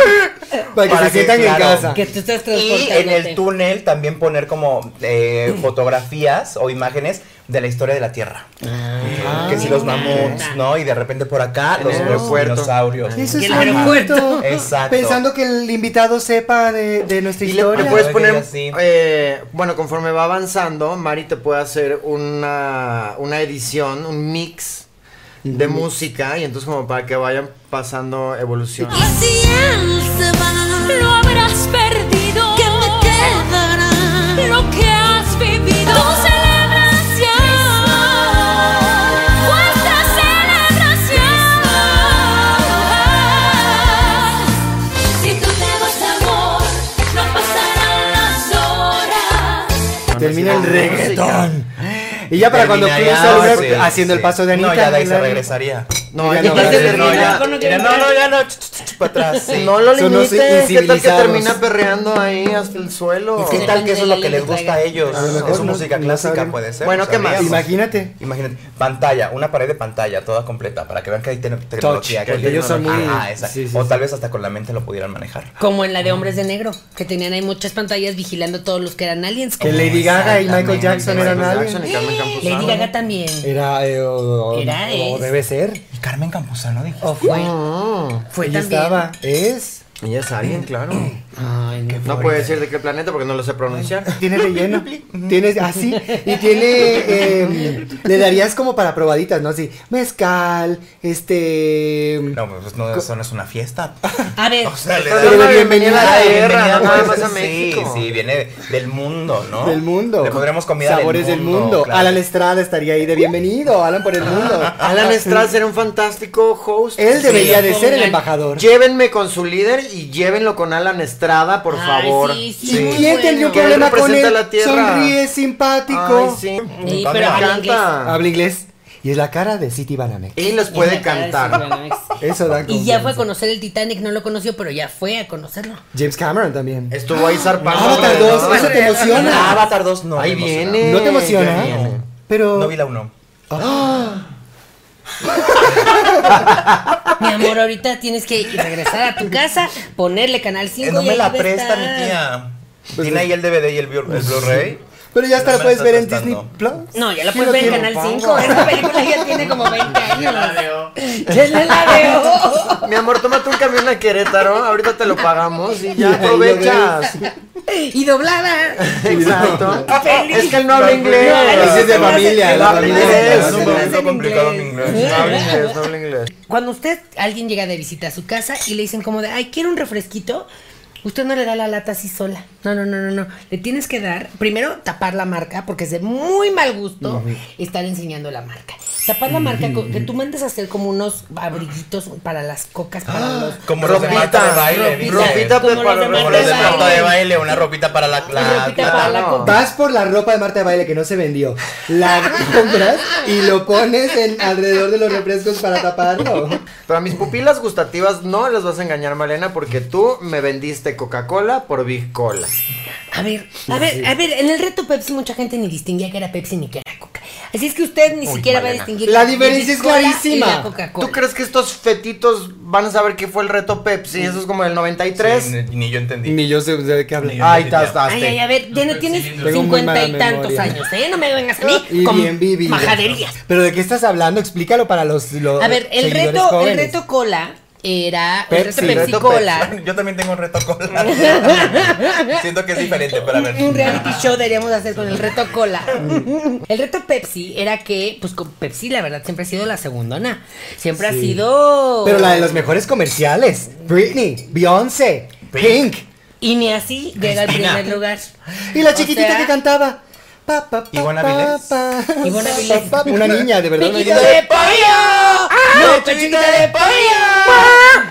Speaker 2: Para que
Speaker 3: Para
Speaker 2: se
Speaker 3: que,
Speaker 2: sientan en
Speaker 3: claro,
Speaker 2: casa.
Speaker 1: Que tú estás
Speaker 3: Y
Speaker 1: transportándote.
Speaker 3: en el túnel también poner como eh, fotografías o imágenes de la historia de la Tierra. que si los mamuts, ¿no? Y de repente por acá los,
Speaker 4: el
Speaker 3: los
Speaker 4: aeropuerto.
Speaker 3: dinosaurios.
Speaker 2: Eso
Speaker 1: Y
Speaker 2: es
Speaker 1: el aeropuerto.
Speaker 2: bonito.
Speaker 3: Exacto.
Speaker 2: Pensando que el invitado sepa de, de nuestra
Speaker 4: Y le,
Speaker 2: historia.
Speaker 4: le puedes
Speaker 3: Ah,
Speaker 4: poner,
Speaker 3: sí.
Speaker 4: eh, bueno, conforme va avanzando, Mari te puede hacer una, una edición, un mix de música y entonces como para que vayan pasando evolución.
Speaker 5: Si él se va, lo habrás perdido. ¿Qué te quedará? Lo que has vivido. Tu celebración. Vuestra celebración. Si tú te vas, amor, no pasarán las horas.
Speaker 2: Termina el
Speaker 4: Música.
Speaker 2: reggaetón. Y ya para cuando
Speaker 3: Termina
Speaker 2: Cruz
Speaker 3: ya,
Speaker 2: salga
Speaker 3: sí,
Speaker 2: haciendo el
Speaker 3: sí.
Speaker 2: paso de Anita.
Speaker 3: No, ya de ahí se
Speaker 2: ¿verdad?
Speaker 3: regresaría.
Speaker 4: No,
Speaker 2: Ya
Speaker 4: ya,
Speaker 2: no,
Speaker 4: ya se
Speaker 2: ya
Speaker 3: no,
Speaker 4: termina.
Speaker 3: ya,
Speaker 1: Con lo que
Speaker 3: Mira, no,
Speaker 1: quieras.
Speaker 3: no, ya no, ch, ch, ch, para atrás. sí.
Speaker 4: No lo
Speaker 2: Son
Speaker 4: limites,
Speaker 2: los
Speaker 4: ¿qué tal que
Speaker 2: incivilizados.
Speaker 4: termina perreando ahí hasta el suelo?
Speaker 3: ¿Qué tal que eso es lo que les gusta a ellos?
Speaker 2: A lo mejor
Speaker 3: Es su
Speaker 2: no-
Speaker 3: música
Speaker 2: no
Speaker 3: clásica,
Speaker 2: saben.
Speaker 3: puede ser.
Speaker 4: Bueno,
Speaker 3: no
Speaker 4: ¿qué más?
Speaker 3: sabríamos.
Speaker 2: Imagínate.
Speaker 3: Imagínate, pantalla, una pared de pantalla toda completa para que vean que hay te- tecnología. que hay
Speaker 2: porque ellos son
Speaker 3: tecnología.
Speaker 2: muy-
Speaker 3: Ajá, esa-
Speaker 2: sí, sí,
Speaker 3: o
Speaker 2: sí.
Speaker 3: tal vez hasta con la mente lo pudieran manejar.
Speaker 1: Como en la de Hombres de Negro, que tenían ahí muchas pantallas vigilando todos los que eran aliens.
Speaker 2: Que Lady Gaga y Michael Jackson eran
Speaker 4: Michael
Speaker 2: aliens.
Speaker 4: Jackson y Carmen Campuzano.
Speaker 1: Lady Gaga también.
Speaker 2: Era, eh, o, o-
Speaker 1: Era,
Speaker 2: o
Speaker 1: es.
Speaker 2: debe ser.
Speaker 3: Y
Speaker 2: Oh.
Speaker 3: Carmen Campuzano dijo.
Speaker 1: O fue.
Speaker 4: Ah,
Speaker 1: Fue
Speaker 2: Ahí
Speaker 1: también.
Speaker 2: estaba. Es.
Speaker 4: Ella es alguien, claro. Ay, no puedo decir de qué planeta porque no lo sé pronunciar.
Speaker 2: Tiene relleno. Tienes así. Y tiene. eh, le darías como para probaditas, ¿no? Así. Mezcal. Este.
Speaker 3: No, pues no, eso no es una fiesta.
Speaker 1: A ver,
Speaker 3: O sea, le
Speaker 4: Pero
Speaker 3: da
Speaker 4: es una
Speaker 2: bienvenida
Speaker 4: bienvenida a la
Speaker 3: bienvenida,
Speaker 4: guerra, no
Speaker 3: pues,
Speaker 4: nada más a México.
Speaker 3: Sí, sí, viene del mundo, ¿no?
Speaker 2: Del mundo.
Speaker 3: Le pondremos comida
Speaker 2: Sabores del mundo.
Speaker 3: claro.
Speaker 2: Alan Estrada estaría ahí de bienvenido. Alan por el mundo.
Speaker 4: Alan Estrada será un fantástico host.
Speaker 2: Él debería de ser el
Speaker 1: pongan-
Speaker 2: embajador.
Speaker 4: Llévenme con su líder y llévenlo con Alan Estrada, por
Speaker 1: Ay,
Speaker 4: favor.
Speaker 1: sí, sí.
Speaker 2: ¿Y
Speaker 1: muy
Speaker 2: quién tenía
Speaker 1: bueno.
Speaker 2: un problema con
Speaker 4: Representa
Speaker 2: él?
Speaker 4: la tierra.
Speaker 2: Sonríe, simpático.
Speaker 4: Ay, sí.
Speaker 1: Sí,
Speaker 3: Vamos,
Speaker 1: pero habla inglés.
Speaker 4: Canta.
Speaker 2: Habla inglés. Y es la cara de City Banamex.
Speaker 4: Y los
Speaker 1: Y
Speaker 4: puede
Speaker 1: me acaba de
Speaker 4: cantar.
Speaker 1: decir, bueno,
Speaker 2: Eso da
Speaker 1: Y ya fue a
Speaker 2: confianza.
Speaker 1: conocer el Titanic, no lo conoció, pero ya fue a conocerlo.
Speaker 2: James Cameron también.
Speaker 4: Estuvo ahí zarpando.
Speaker 2: Avatar
Speaker 4: ¿no?
Speaker 2: 2, eso te emociona.
Speaker 3: Avatar 2 no.
Speaker 4: Ahí
Speaker 3: me emociona.
Speaker 4: viene.
Speaker 2: ¿No te emociona?
Speaker 4: Ya viene.
Speaker 2: Pero.
Speaker 3: No vi la 1.
Speaker 1: Mi amor, ahorita tienes que regresar a tu casa, ponerle canal 5
Speaker 3: Eh, no
Speaker 1: y
Speaker 3: me
Speaker 1: ahí
Speaker 3: la
Speaker 1: va a
Speaker 3: presta mi
Speaker 1: estar.
Speaker 3: tía.
Speaker 2: Pues
Speaker 3: Tiene
Speaker 2: sí. Pues
Speaker 3: ahí el DVD y el Blu- el Blu-ray.
Speaker 2: Pero ya hasta
Speaker 3: No
Speaker 2: la
Speaker 3: me
Speaker 2: puedes
Speaker 3: la
Speaker 2: ver en
Speaker 3: estás
Speaker 2: Disney
Speaker 3: prestando.
Speaker 2: Plus.
Speaker 1: No, ya la
Speaker 2: Sí
Speaker 1: puedes
Speaker 2: lo
Speaker 1: ver en
Speaker 2: tiene.
Speaker 1: Canal 5. Esta película ya tiene como 20 años. Ya la veo.
Speaker 4: Mi amor, tómate un camión a Querétaro. Ahorita te lo pagamos y ya
Speaker 2: Y ahí lo
Speaker 4: aprovechas.
Speaker 1: Y doblada.
Speaker 4: Exacto. Es que él no habla inglés.
Speaker 1: No, él
Speaker 2: Ese es de
Speaker 1: No,
Speaker 2: familia.
Speaker 1: no,
Speaker 2: la
Speaker 4: no,
Speaker 2: familia.
Speaker 4: no,
Speaker 3: Es un
Speaker 4: no,
Speaker 3: poquito
Speaker 1: no,
Speaker 3: complicado
Speaker 1: no,
Speaker 3: mi inglés.
Speaker 4: No habla inglés, no habla inglés.
Speaker 1: Cuando usted, alguien llega de visita a su casa y le dicen como de, ay, quiero un refresquito, usted no le da la lata así sola. No, no, no, no, no. Le tienes que dar, primero, tapar la marca, porque es de muy mal gusto estar enseñando la marca. Tapar la marca, co- que tú mandes a hacer como unos abriguitos para las cocas, para
Speaker 2: Ah,
Speaker 1: los...
Speaker 3: Como los de
Speaker 4: Ropita,
Speaker 3: Marta de baile. ¿viste?
Speaker 4: ropita,
Speaker 1: Como
Speaker 4: para-
Speaker 1: los de
Speaker 3: Como
Speaker 1: Marta
Speaker 3: los
Speaker 1: de
Speaker 3: de Marta de
Speaker 1: baile.
Speaker 3: baile. Una ropita para la... la-
Speaker 1: Ropita
Speaker 3: la-
Speaker 1: para la
Speaker 4: no.
Speaker 1: copa.
Speaker 2: Vas por la ropa de Marta de baile que no se vendió, la compras y lo pones en alrededor de los refrescos para taparlo.
Speaker 4: Pero a mis pupilas gustativas no las vas a engañar, Malena, porque tú me vendiste Coca-Cola por Big Cola.
Speaker 1: A ver, a ver, a ver, en el reto Pepsi mucha gente ni distinguía que era Pepsi ni que era Coca. Así es que usted ni siquiera va a
Speaker 4: Malena.
Speaker 1: distinguir.
Speaker 2: La
Speaker 1: que
Speaker 2: diferencia es
Speaker 1: Coca-Cola y
Speaker 2: clarísima.
Speaker 1: la Coca-Cola.
Speaker 4: ¿Tú crees que estos fetitos van a saber qué fue el reto Pepsi? Eso es como el 93.
Speaker 3: Sí, ni- Ni yo entendí.
Speaker 2: Ni yo sé de qué
Speaker 3: Ni
Speaker 2: hablan.
Speaker 3: yo.
Speaker 4: Ay, te
Speaker 3: sí, ya.
Speaker 1: Ay, ay, a
Speaker 4: asustaste.
Speaker 1: ver, ya no tienes
Speaker 2: Tengo muy mala
Speaker 1: cincuenta y tantos
Speaker 2: memoria.
Speaker 1: años, ¿eh? No me vengas a
Speaker 2: Y
Speaker 1: mí
Speaker 2: bien
Speaker 1: con
Speaker 2: vivido.
Speaker 1: majaderías.
Speaker 2: Pero de qué estás hablando, explícalo para los, los
Speaker 1: A ver, el
Speaker 2: seguidores
Speaker 1: reto, el
Speaker 2: jóvenes.
Speaker 1: reto cola era el reto
Speaker 2: Pepsi.
Speaker 1: Pepsi
Speaker 4: Reto
Speaker 1: cola.
Speaker 3: Yo también tengo un reto cola. Siento que es diferente, pero a ver.
Speaker 1: Un reality show deberíamos hacer con el reto cola.
Speaker 2: Mm.
Speaker 1: El reto Pepsi era que, pues con Pepsi la verdad siempre ha sido la segundona. Siempre ha
Speaker 2: Sí.
Speaker 1: sido.
Speaker 2: Pero la de los mejores comerciales, Britney, Beyoncé, Pink
Speaker 1: Y ni así llega al
Speaker 3: Cristina.
Speaker 1: primer lugar.
Speaker 2: y la
Speaker 1: O
Speaker 2: chiquitita
Speaker 1: sea,
Speaker 2: que cantaba. Pa, pa, pa,
Speaker 3: Ivona
Speaker 2: pa,
Speaker 3: Vilés.
Speaker 2: pa,
Speaker 1: Ivona
Speaker 2: pa,
Speaker 1: Vilés.
Speaker 2: pa, pa. Una niña, de verdad. una
Speaker 1: Piquito
Speaker 2: niña.
Speaker 1: de pollo. Ah, No, pechita de pollo.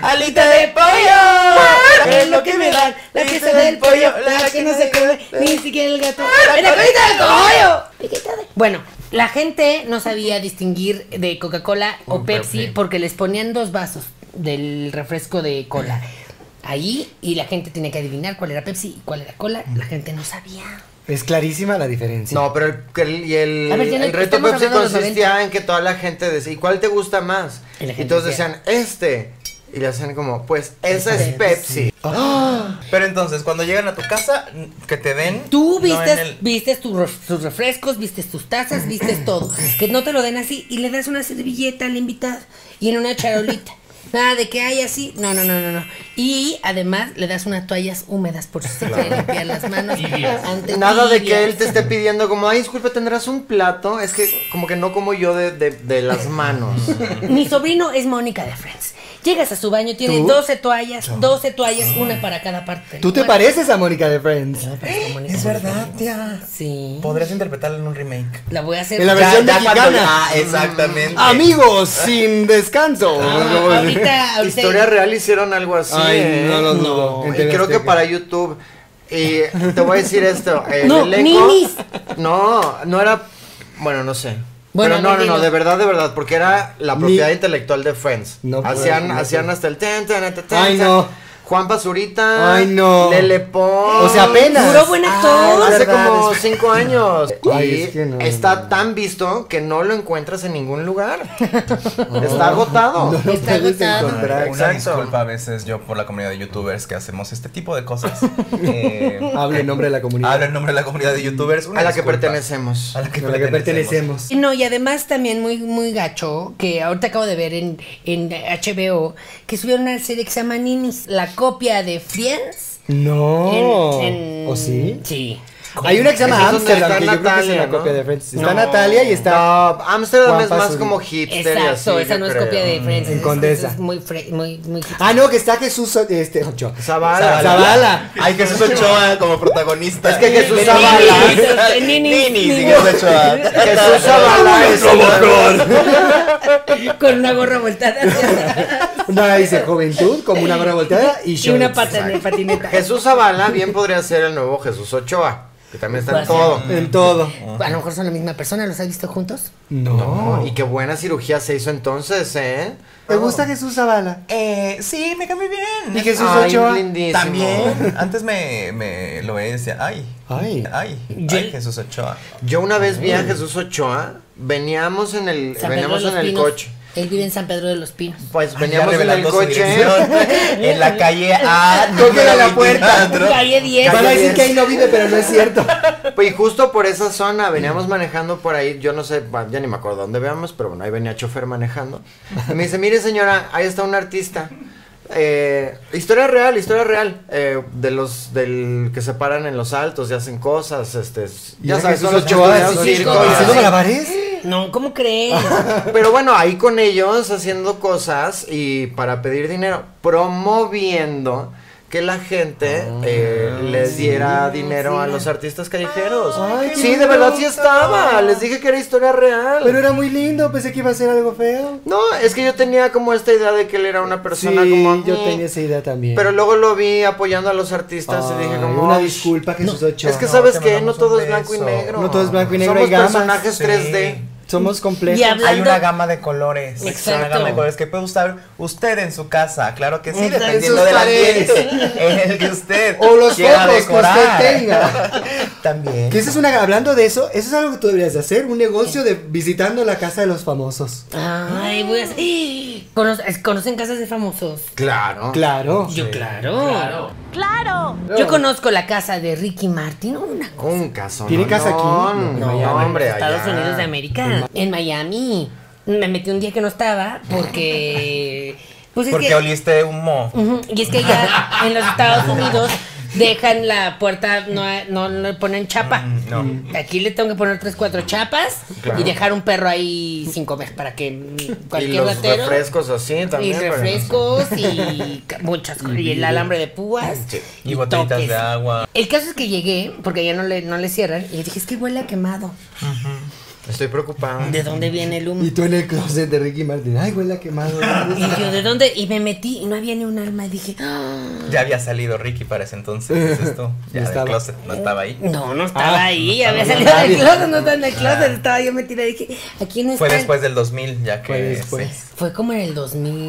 Speaker 1: Alita de pollo. Es lo que me dan. La pieza del pollo. Ah. La que no se come. Ni siquiera el gato. ¡La colita del pollo! Piquito de- Bueno. La gente no sabía distinguir de Coca-Cola o Pepsi
Speaker 3: Pepsi.
Speaker 1: porque les ponían dos vasos del refresco de cola ahí y la gente tenía que adivinar cuál era Pepsi y cuál era cola. La gente no sabía.
Speaker 2: Es clarísima la diferencia.
Speaker 4: No, pero el, el- y el,
Speaker 1: A ver, ya no-
Speaker 4: el reto
Speaker 1: estamos
Speaker 4: Pepsi
Speaker 1: hablando de los
Speaker 4: consistía en que toda la gente decía, ¿y cuál te gusta más?
Speaker 1: Y la gente
Speaker 4: Y todos
Speaker 1: decía, "Este
Speaker 4: decían, este. Y le hacían como, pues, esa es Pepsi.
Speaker 3: Pero entonces, cuando llegan a tu casa, que te den.
Speaker 1: Tú
Speaker 3: no
Speaker 1: vistes,
Speaker 3: en el-
Speaker 1: vistes tu ref- tus refrescos, vistes tus tazas, vistes todo. Que no te lo den así y le das una servilleta al invitado y en una charolita. Nada de que hay así. No, no, no, no, no. Y además le das unas toallas húmedas por si se quiere limpiar las manos. antes-
Speaker 4: Nada de
Speaker 1: tibias.
Speaker 4: que él te esté pidiendo como, ay, disculpa, ¿tendrás un plato? Es que como que no como yo de, de- de las manos.
Speaker 1: Mi sobrino es Mónica de Friends. Llegas a su baño, tiene 12 toallas, 12 toallas, una para cada parte.
Speaker 2: ¿Tú te
Speaker 1: Bueno,
Speaker 2: pareces a Mónica de Friends?
Speaker 1: me parezco a Mónica
Speaker 3: Es
Speaker 1: de
Speaker 3: verdad,
Speaker 1: Friends.
Speaker 3: tía.
Speaker 1: Sí.
Speaker 3: Podrías interpretarla en un remake.
Speaker 1: La voy a hacer.
Speaker 2: En la versión
Speaker 3: Ya- ya
Speaker 2: mexicana.
Speaker 3: cuando- Ah, exactamente.
Speaker 2: Amigos, sin descanso.
Speaker 1: Ah, ahorita, ahorita.
Speaker 4: Historia real hicieron algo así.
Speaker 2: Ay,
Speaker 4: ¿eh?
Speaker 2: no lo dudo.
Speaker 4: Y
Speaker 2: En TV
Speaker 4: creo que
Speaker 2: Azteca.
Speaker 4: para YouTube. Y te voy a decir esto. el
Speaker 1: No,
Speaker 4: elenco-
Speaker 1: ninis.
Speaker 4: No, no era. Bueno, no sé.
Speaker 1: Bueno,
Speaker 4: Pero
Speaker 1: no,
Speaker 4: no, no, no,
Speaker 1: dilo.
Speaker 4: de verdad, de verdad, porque era la
Speaker 2: Ni-
Speaker 4: propiedad intelectual de Friends.
Speaker 2: No puedo,
Speaker 4: hacían,
Speaker 2: no puedo.
Speaker 4: hacían hasta el ten, ten, ten, ten,
Speaker 2: Ay,
Speaker 4: ten.
Speaker 2: no.
Speaker 4: Juan Pazurita.
Speaker 2: Ay, no.
Speaker 4: Lele Pons. Ah,
Speaker 2: O sea, apenas.
Speaker 1: Puro buen actor.
Speaker 2: Ay,
Speaker 4: Hace
Speaker 2: verdad,
Speaker 4: como
Speaker 2: es-
Speaker 4: cinco años.
Speaker 2: Ay,
Speaker 4: y
Speaker 2: es que no,
Speaker 4: está
Speaker 2: no, no.
Speaker 4: tan visto que no lo encuentras en ningún lugar. está agotado.
Speaker 2: No lo
Speaker 1: Está
Speaker 2: puedes
Speaker 1: agotado.
Speaker 2: encontrar.
Speaker 3: Una
Speaker 4: Exacto.
Speaker 3: disculpa a veces yo por la comunidad de youtubers que hacemos este tipo de cosas. Eh,
Speaker 2: Habla en nombre de la comunidad.
Speaker 3: Hablo en nombre de la comunidad de youtubers. una
Speaker 4: a la que
Speaker 3: disculpa.
Speaker 4: pertenecemos.
Speaker 3: A la que
Speaker 2: A la que pertenecemos.
Speaker 1: No, y además también muy, muy gacho, que ahorita acabo de ver en, en HBO, que subieron una serie que se llama Ninis, la copia de Friends,
Speaker 2: No.
Speaker 1: En- en-
Speaker 2: Oh, ¿O sí?
Speaker 1: Sí.
Speaker 2: Hay una que se llama
Speaker 4: Es donde
Speaker 2: Amsterdam,
Speaker 4: está
Speaker 2: que yo creo que es
Speaker 4: Natalia,
Speaker 2: una
Speaker 4: ¿no?
Speaker 2: copia de Friends. Está
Speaker 3: No.
Speaker 2: Natalia y está.
Speaker 4: No, Amsterdam
Speaker 2: Juan
Speaker 4: es más
Speaker 2: Pazurita.
Speaker 4: como hipster y así.
Speaker 1: Exacto, esa
Speaker 4: yo
Speaker 1: no es
Speaker 4: creo.
Speaker 1: copia de Friends.
Speaker 2: Mm, En
Speaker 1: es-
Speaker 2: Condesa.
Speaker 1: es muy, fre- muy, muy.
Speaker 2: Ah, no, que está Jesús. Este, Ochoa.
Speaker 4: Zavala.
Speaker 2: Zavala.
Speaker 3: Ay, Jesús Ochoa Ah, como protagonista.
Speaker 4: Es que
Speaker 2: pues,
Speaker 4: Jesús
Speaker 1: Ninis,
Speaker 4: Zavala.
Speaker 1: este, ninis,
Speaker 3: Nini, sí,
Speaker 1: ninis,
Speaker 3: Jesús Ochoa.
Speaker 4: Jesús Zavala es
Speaker 1: Con una gorra voltada
Speaker 2: Una dice juventud, como una gorra volteada y
Speaker 1: y
Speaker 2: shorts.
Speaker 1: una pata en patineta.
Speaker 4: Jesús Zavala bien podría ser el nuevo Jesús Ochoa, que también está en
Speaker 1: Pues sí.
Speaker 4: todo.
Speaker 2: En todo.
Speaker 1: A lo mejor son la misma persona, ¿los has visto juntos?
Speaker 2: No.
Speaker 4: Y qué buena cirugía se hizo entonces, ¿eh?
Speaker 2: ¿Te gusta Jesús Zavala?
Speaker 3: Eh, sí, me cambié bien.
Speaker 2: ¿Y Jesús
Speaker 4: Ay,
Speaker 2: Ochoa?
Speaker 4: lindísimo.
Speaker 3: También. Antes me, me lo veía y decía, ay,
Speaker 2: Ay.
Speaker 3: ay, ay,
Speaker 1: Yo-
Speaker 3: Jesús Ochoa.
Speaker 4: Yo una vez vi a Jesús Ochoa, veníamos en el,
Speaker 1: San Pedro
Speaker 4: Eh, veníamos
Speaker 1: de los
Speaker 4: en el
Speaker 1: Pinos.
Speaker 4: coche.
Speaker 1: Él vive en San Pedro de los Pinos.
Speaker 4: Pues
Speaker 3: Ya
Speaker 4: veníamos en el
Speaker 3: revelando su
Speaker 4: coche. ¿eh?
Speaker 3: dirección. en la calle A.
Speaker 2: Toquen a la
Speaker 3: número
Speaker 2: puerta.
Speaker 3: 24.
Speaker 1: Calle 10.
Speaker 2: Van a decir que ahí no vive, pero no es cierto.
Speaker 4: Pues y justo por esa zona veníamos manejando por ahí, yo no sé, bah, ya ni me acuerdo dónde veamos, pero bueno, ahí venía chofer manejando. Y me dice, mire señora, ahí está un artista. Eh, historia real, historia real. eh, de los del que se paran en los altos y hacen cosas, este, s-
Speaker 2: Y
Speaker 4: ya
Speaker 2: era
Speaker 4: sabes, son
Speaker 2: Jesús
Speaker 4: los que
Speaker 2: Ochoa
Speaker 4: estudiaron
Speaker 1: así,
Speaker 4: circo
Speaker 1: chico,
Speaker 4: y
Speaker 1: y
Speaker 2: haciendo
Speaker 4: así.
Speaker 2: malabares.
Speaker 1: No, ¿cómo crees?
Speaker 4: Pero bueno, ahí con ellos haciendo cosas y para pedir dinero, promoviendo que la gente
Speaker 2: Ah,
Speaker 4: eh, les diera dinero a los artistas callejeros.
Speaker 2: Ay, qué
Speaker 4: sí, de
Speaker 2: lindo.
Speaker 4: verdad sí estaba. Les dije que era historia real.
Speaker 2: Pero era muy lindo, pensé que iba a ser algo feo.
Speaker 4: No, es que yo tenía como esta idea de que él era una persona
Speaker 2: sí,
Speaker 4: como...
Speaker 2: yo
Speaker 4: mm,
Speaker 2: tenía esa idea también.
Speaker 4: Pero luego lo vi apoyando a los artistas y
Speaker 2: Ay,
Speaker 4: dije como...
Speaker 2: una
Speaker 4: "Ay,
Speaker 2: disculpa, Jesús Ochoa.
Speaker 4: Es que
Speaker 3: No,
Speaker 4: sabes
Speaker 3: te
Speaker 4: que no
Speaker 3: mandamos
Speaker 4: todo
Speaker 3: un
Speaker 4: es blanco y
Speaker 3: beso.
Speaker 4: negro.
Speaker 2: No todo es blanco y negro,
Speaker 4: Somos
Speaker 2: hay gamas.
Speaker 4: personajes
Speaker 3: Sí.
Speaker 4: 3D.
Speaker 2: somos complejos.
Speaker 1: Y hablando-
Speaker 3: Hay una gama de colores.
Speaker 1: Exacto.
Speaker 3: Una gama de colores que puede usar usted en su casa. Claro que sí,
Speaker 2: Está en
Speaker 3: dependiendo
Speaker 2: sus
Speaker 3: del
Speaker 2: paredes.
Speaker 3: ambiente en el que usted
Speaker 2: O los
Speaker 3: quiera
Speaker 2: focos que usted
Speaker 3: decorar.
Speaker 2: tenga.
Speaker 3: También.
Speaker 2: Que eso es una, hablando de eso, eso es algo que tú deberías de hacer, un negocio de visitando la casa de los famosos.
Speaker 1: Ay, voy a hacer- Cono- es- ¿Conocen casas de famosos?
Speaker 4: Claro.
Speaker 2: Claro.
Speaker 1: Yo, claro. Claro. Yo conozco la casa de Ricky Martin, una
Speaker 4: Un caso.
Speaker 2: ¿Tiene casa aquí?
Speaker 4: No,
Speaker 2: No,
Speaker 4: no,
Speaker 2: en
Speaker 4: hombre.
Speaker 1: pues Estados
Speaker 4: allá.
Speaker 1: Unidos de América, en Miami. Me metí un día que no estaba porque... Pues es
Speaker 3: Porque
Speaker 1: que-
Speaker 3: oliste humo.
Speaker 1: Ujú, Y es que allá en los Estados Unidos dejan la puerta, no, no le ponen chapa.
Speaker 4: Mm,
Speaker 3: no.
Speaker 2: Mm.
Speaker 1: Aquí le tengo que poner tres, cuatro chapas y dejar un perro ahí sin comer para que mm,
Speaker 4: Y
Speaker 1: cualquier
Speaker 4: los
Speaker 1: ratero.
Speaker 4: refrescos así
Speaker 1: y
Speaker 4: también. pero-
Speaker 1: refrescos y ca- muchas cosas. Y el alambre de púas.
Speaker 3: Y botellitas
Speaker 1: toques.
Speaker 3: de agua.
Speaker 1: El caso es que llegué, porque ya no le, no le cierran, y dije, es que huele a quemado.
Speaker 4: Estoy preocupado.
Speaker 1: ¿De dónde viene el humo?
Speaker 2: Y tú en el closet de Ricky Martin. Ay, huele a quemado.
Speaker 1: Y yo, ¿de dónde? Y me metí y no había ni un alma. Y dije, "Ah".
Speaker 3: Ya había salido Ricky para ese entonces. dices tú.
Speaker 2: Ya
Speaker 3: Ya del
Speaker 2: estaba.
Speaker 3: closet. No estaba ahí.
Speaker 1: no, no estaba
Speaker 2: Ah,
Speaker 1: ahí.
Speaker 2: no
Speaker 1: había
Speaker 2: estaba
Speaker 1: salido del
Speaker 2: nadie.
Speaker 1: closet, no estaba en el closet. Estaba yo metida y dije, aquí no está.
Speaker 3: Fue después del 2000, ya que.
Speaker 2: Fue después.
Speaker 1: Fue como en el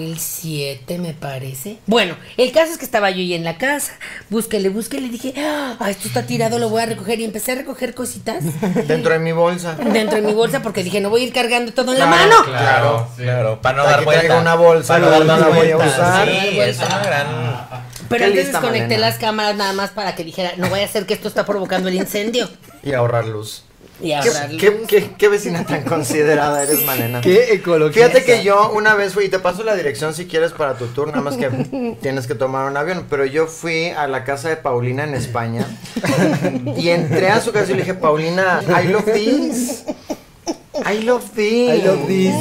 Speaker 1: 2007, me parece. Bueno, el caso es que estaba yo ahí en la casa. Búsquele, búsquele. Dije, ah, esto está tirado, lo voy a recoger. Y empecé a recoger cositas
Speaker 4: Dentro de mi bolsa.
Speaker 1: dentro de mi bolsa porque dije, no voy a ir cargando todo en la
Speaker 4: Claro,
Speaker 1: mano.
Speaker 3: Claro, claro. Para no
Speaker 4: Aquí
Speaker 3: dar vuelta.
Speaker 4: traigo una bolsa,
Speaker 3: Para
Speaker 4: no,
Speaker 3: no dar
Speaker 4: no
Speaker 3: más
Speaker 4: la voy a
Speaker 3: vueltas.
Speaker 4: usar.
Speaker 1: No dar
Speaker 3: Sí, es
Speaker 1: vuelta.
Speaker 3: una gran.
Speaker 1: Pero
Speaker 4: Qué
Speaker 1: antes
Speaker 4: lista,
Speaker 1: desconecté
Speaker 4: Malena.
Speaker 1: las cámaras nada más para que dijera, no vaya a ser que esto está provocando el incendio.
Speaker 4: Y ahorrar luz.
Speaker 1: Y
Speaker 4: ¿Qué,
Speaker 1: ahora
Speaker 4: qué- qué- qué vecina tan considerada eres, Malena?
Speaker 2: Qué ecología.
Speaker 4: Fíjate que yo una vez fui, y te paso la dirección si quieres para tu tour, nada más que tienes que tomar un avión, pero yo fui a la casa de Paulina en España y entré a su casa y le dije, Paulina, I love this. I love this.
Speaker 2: I love this.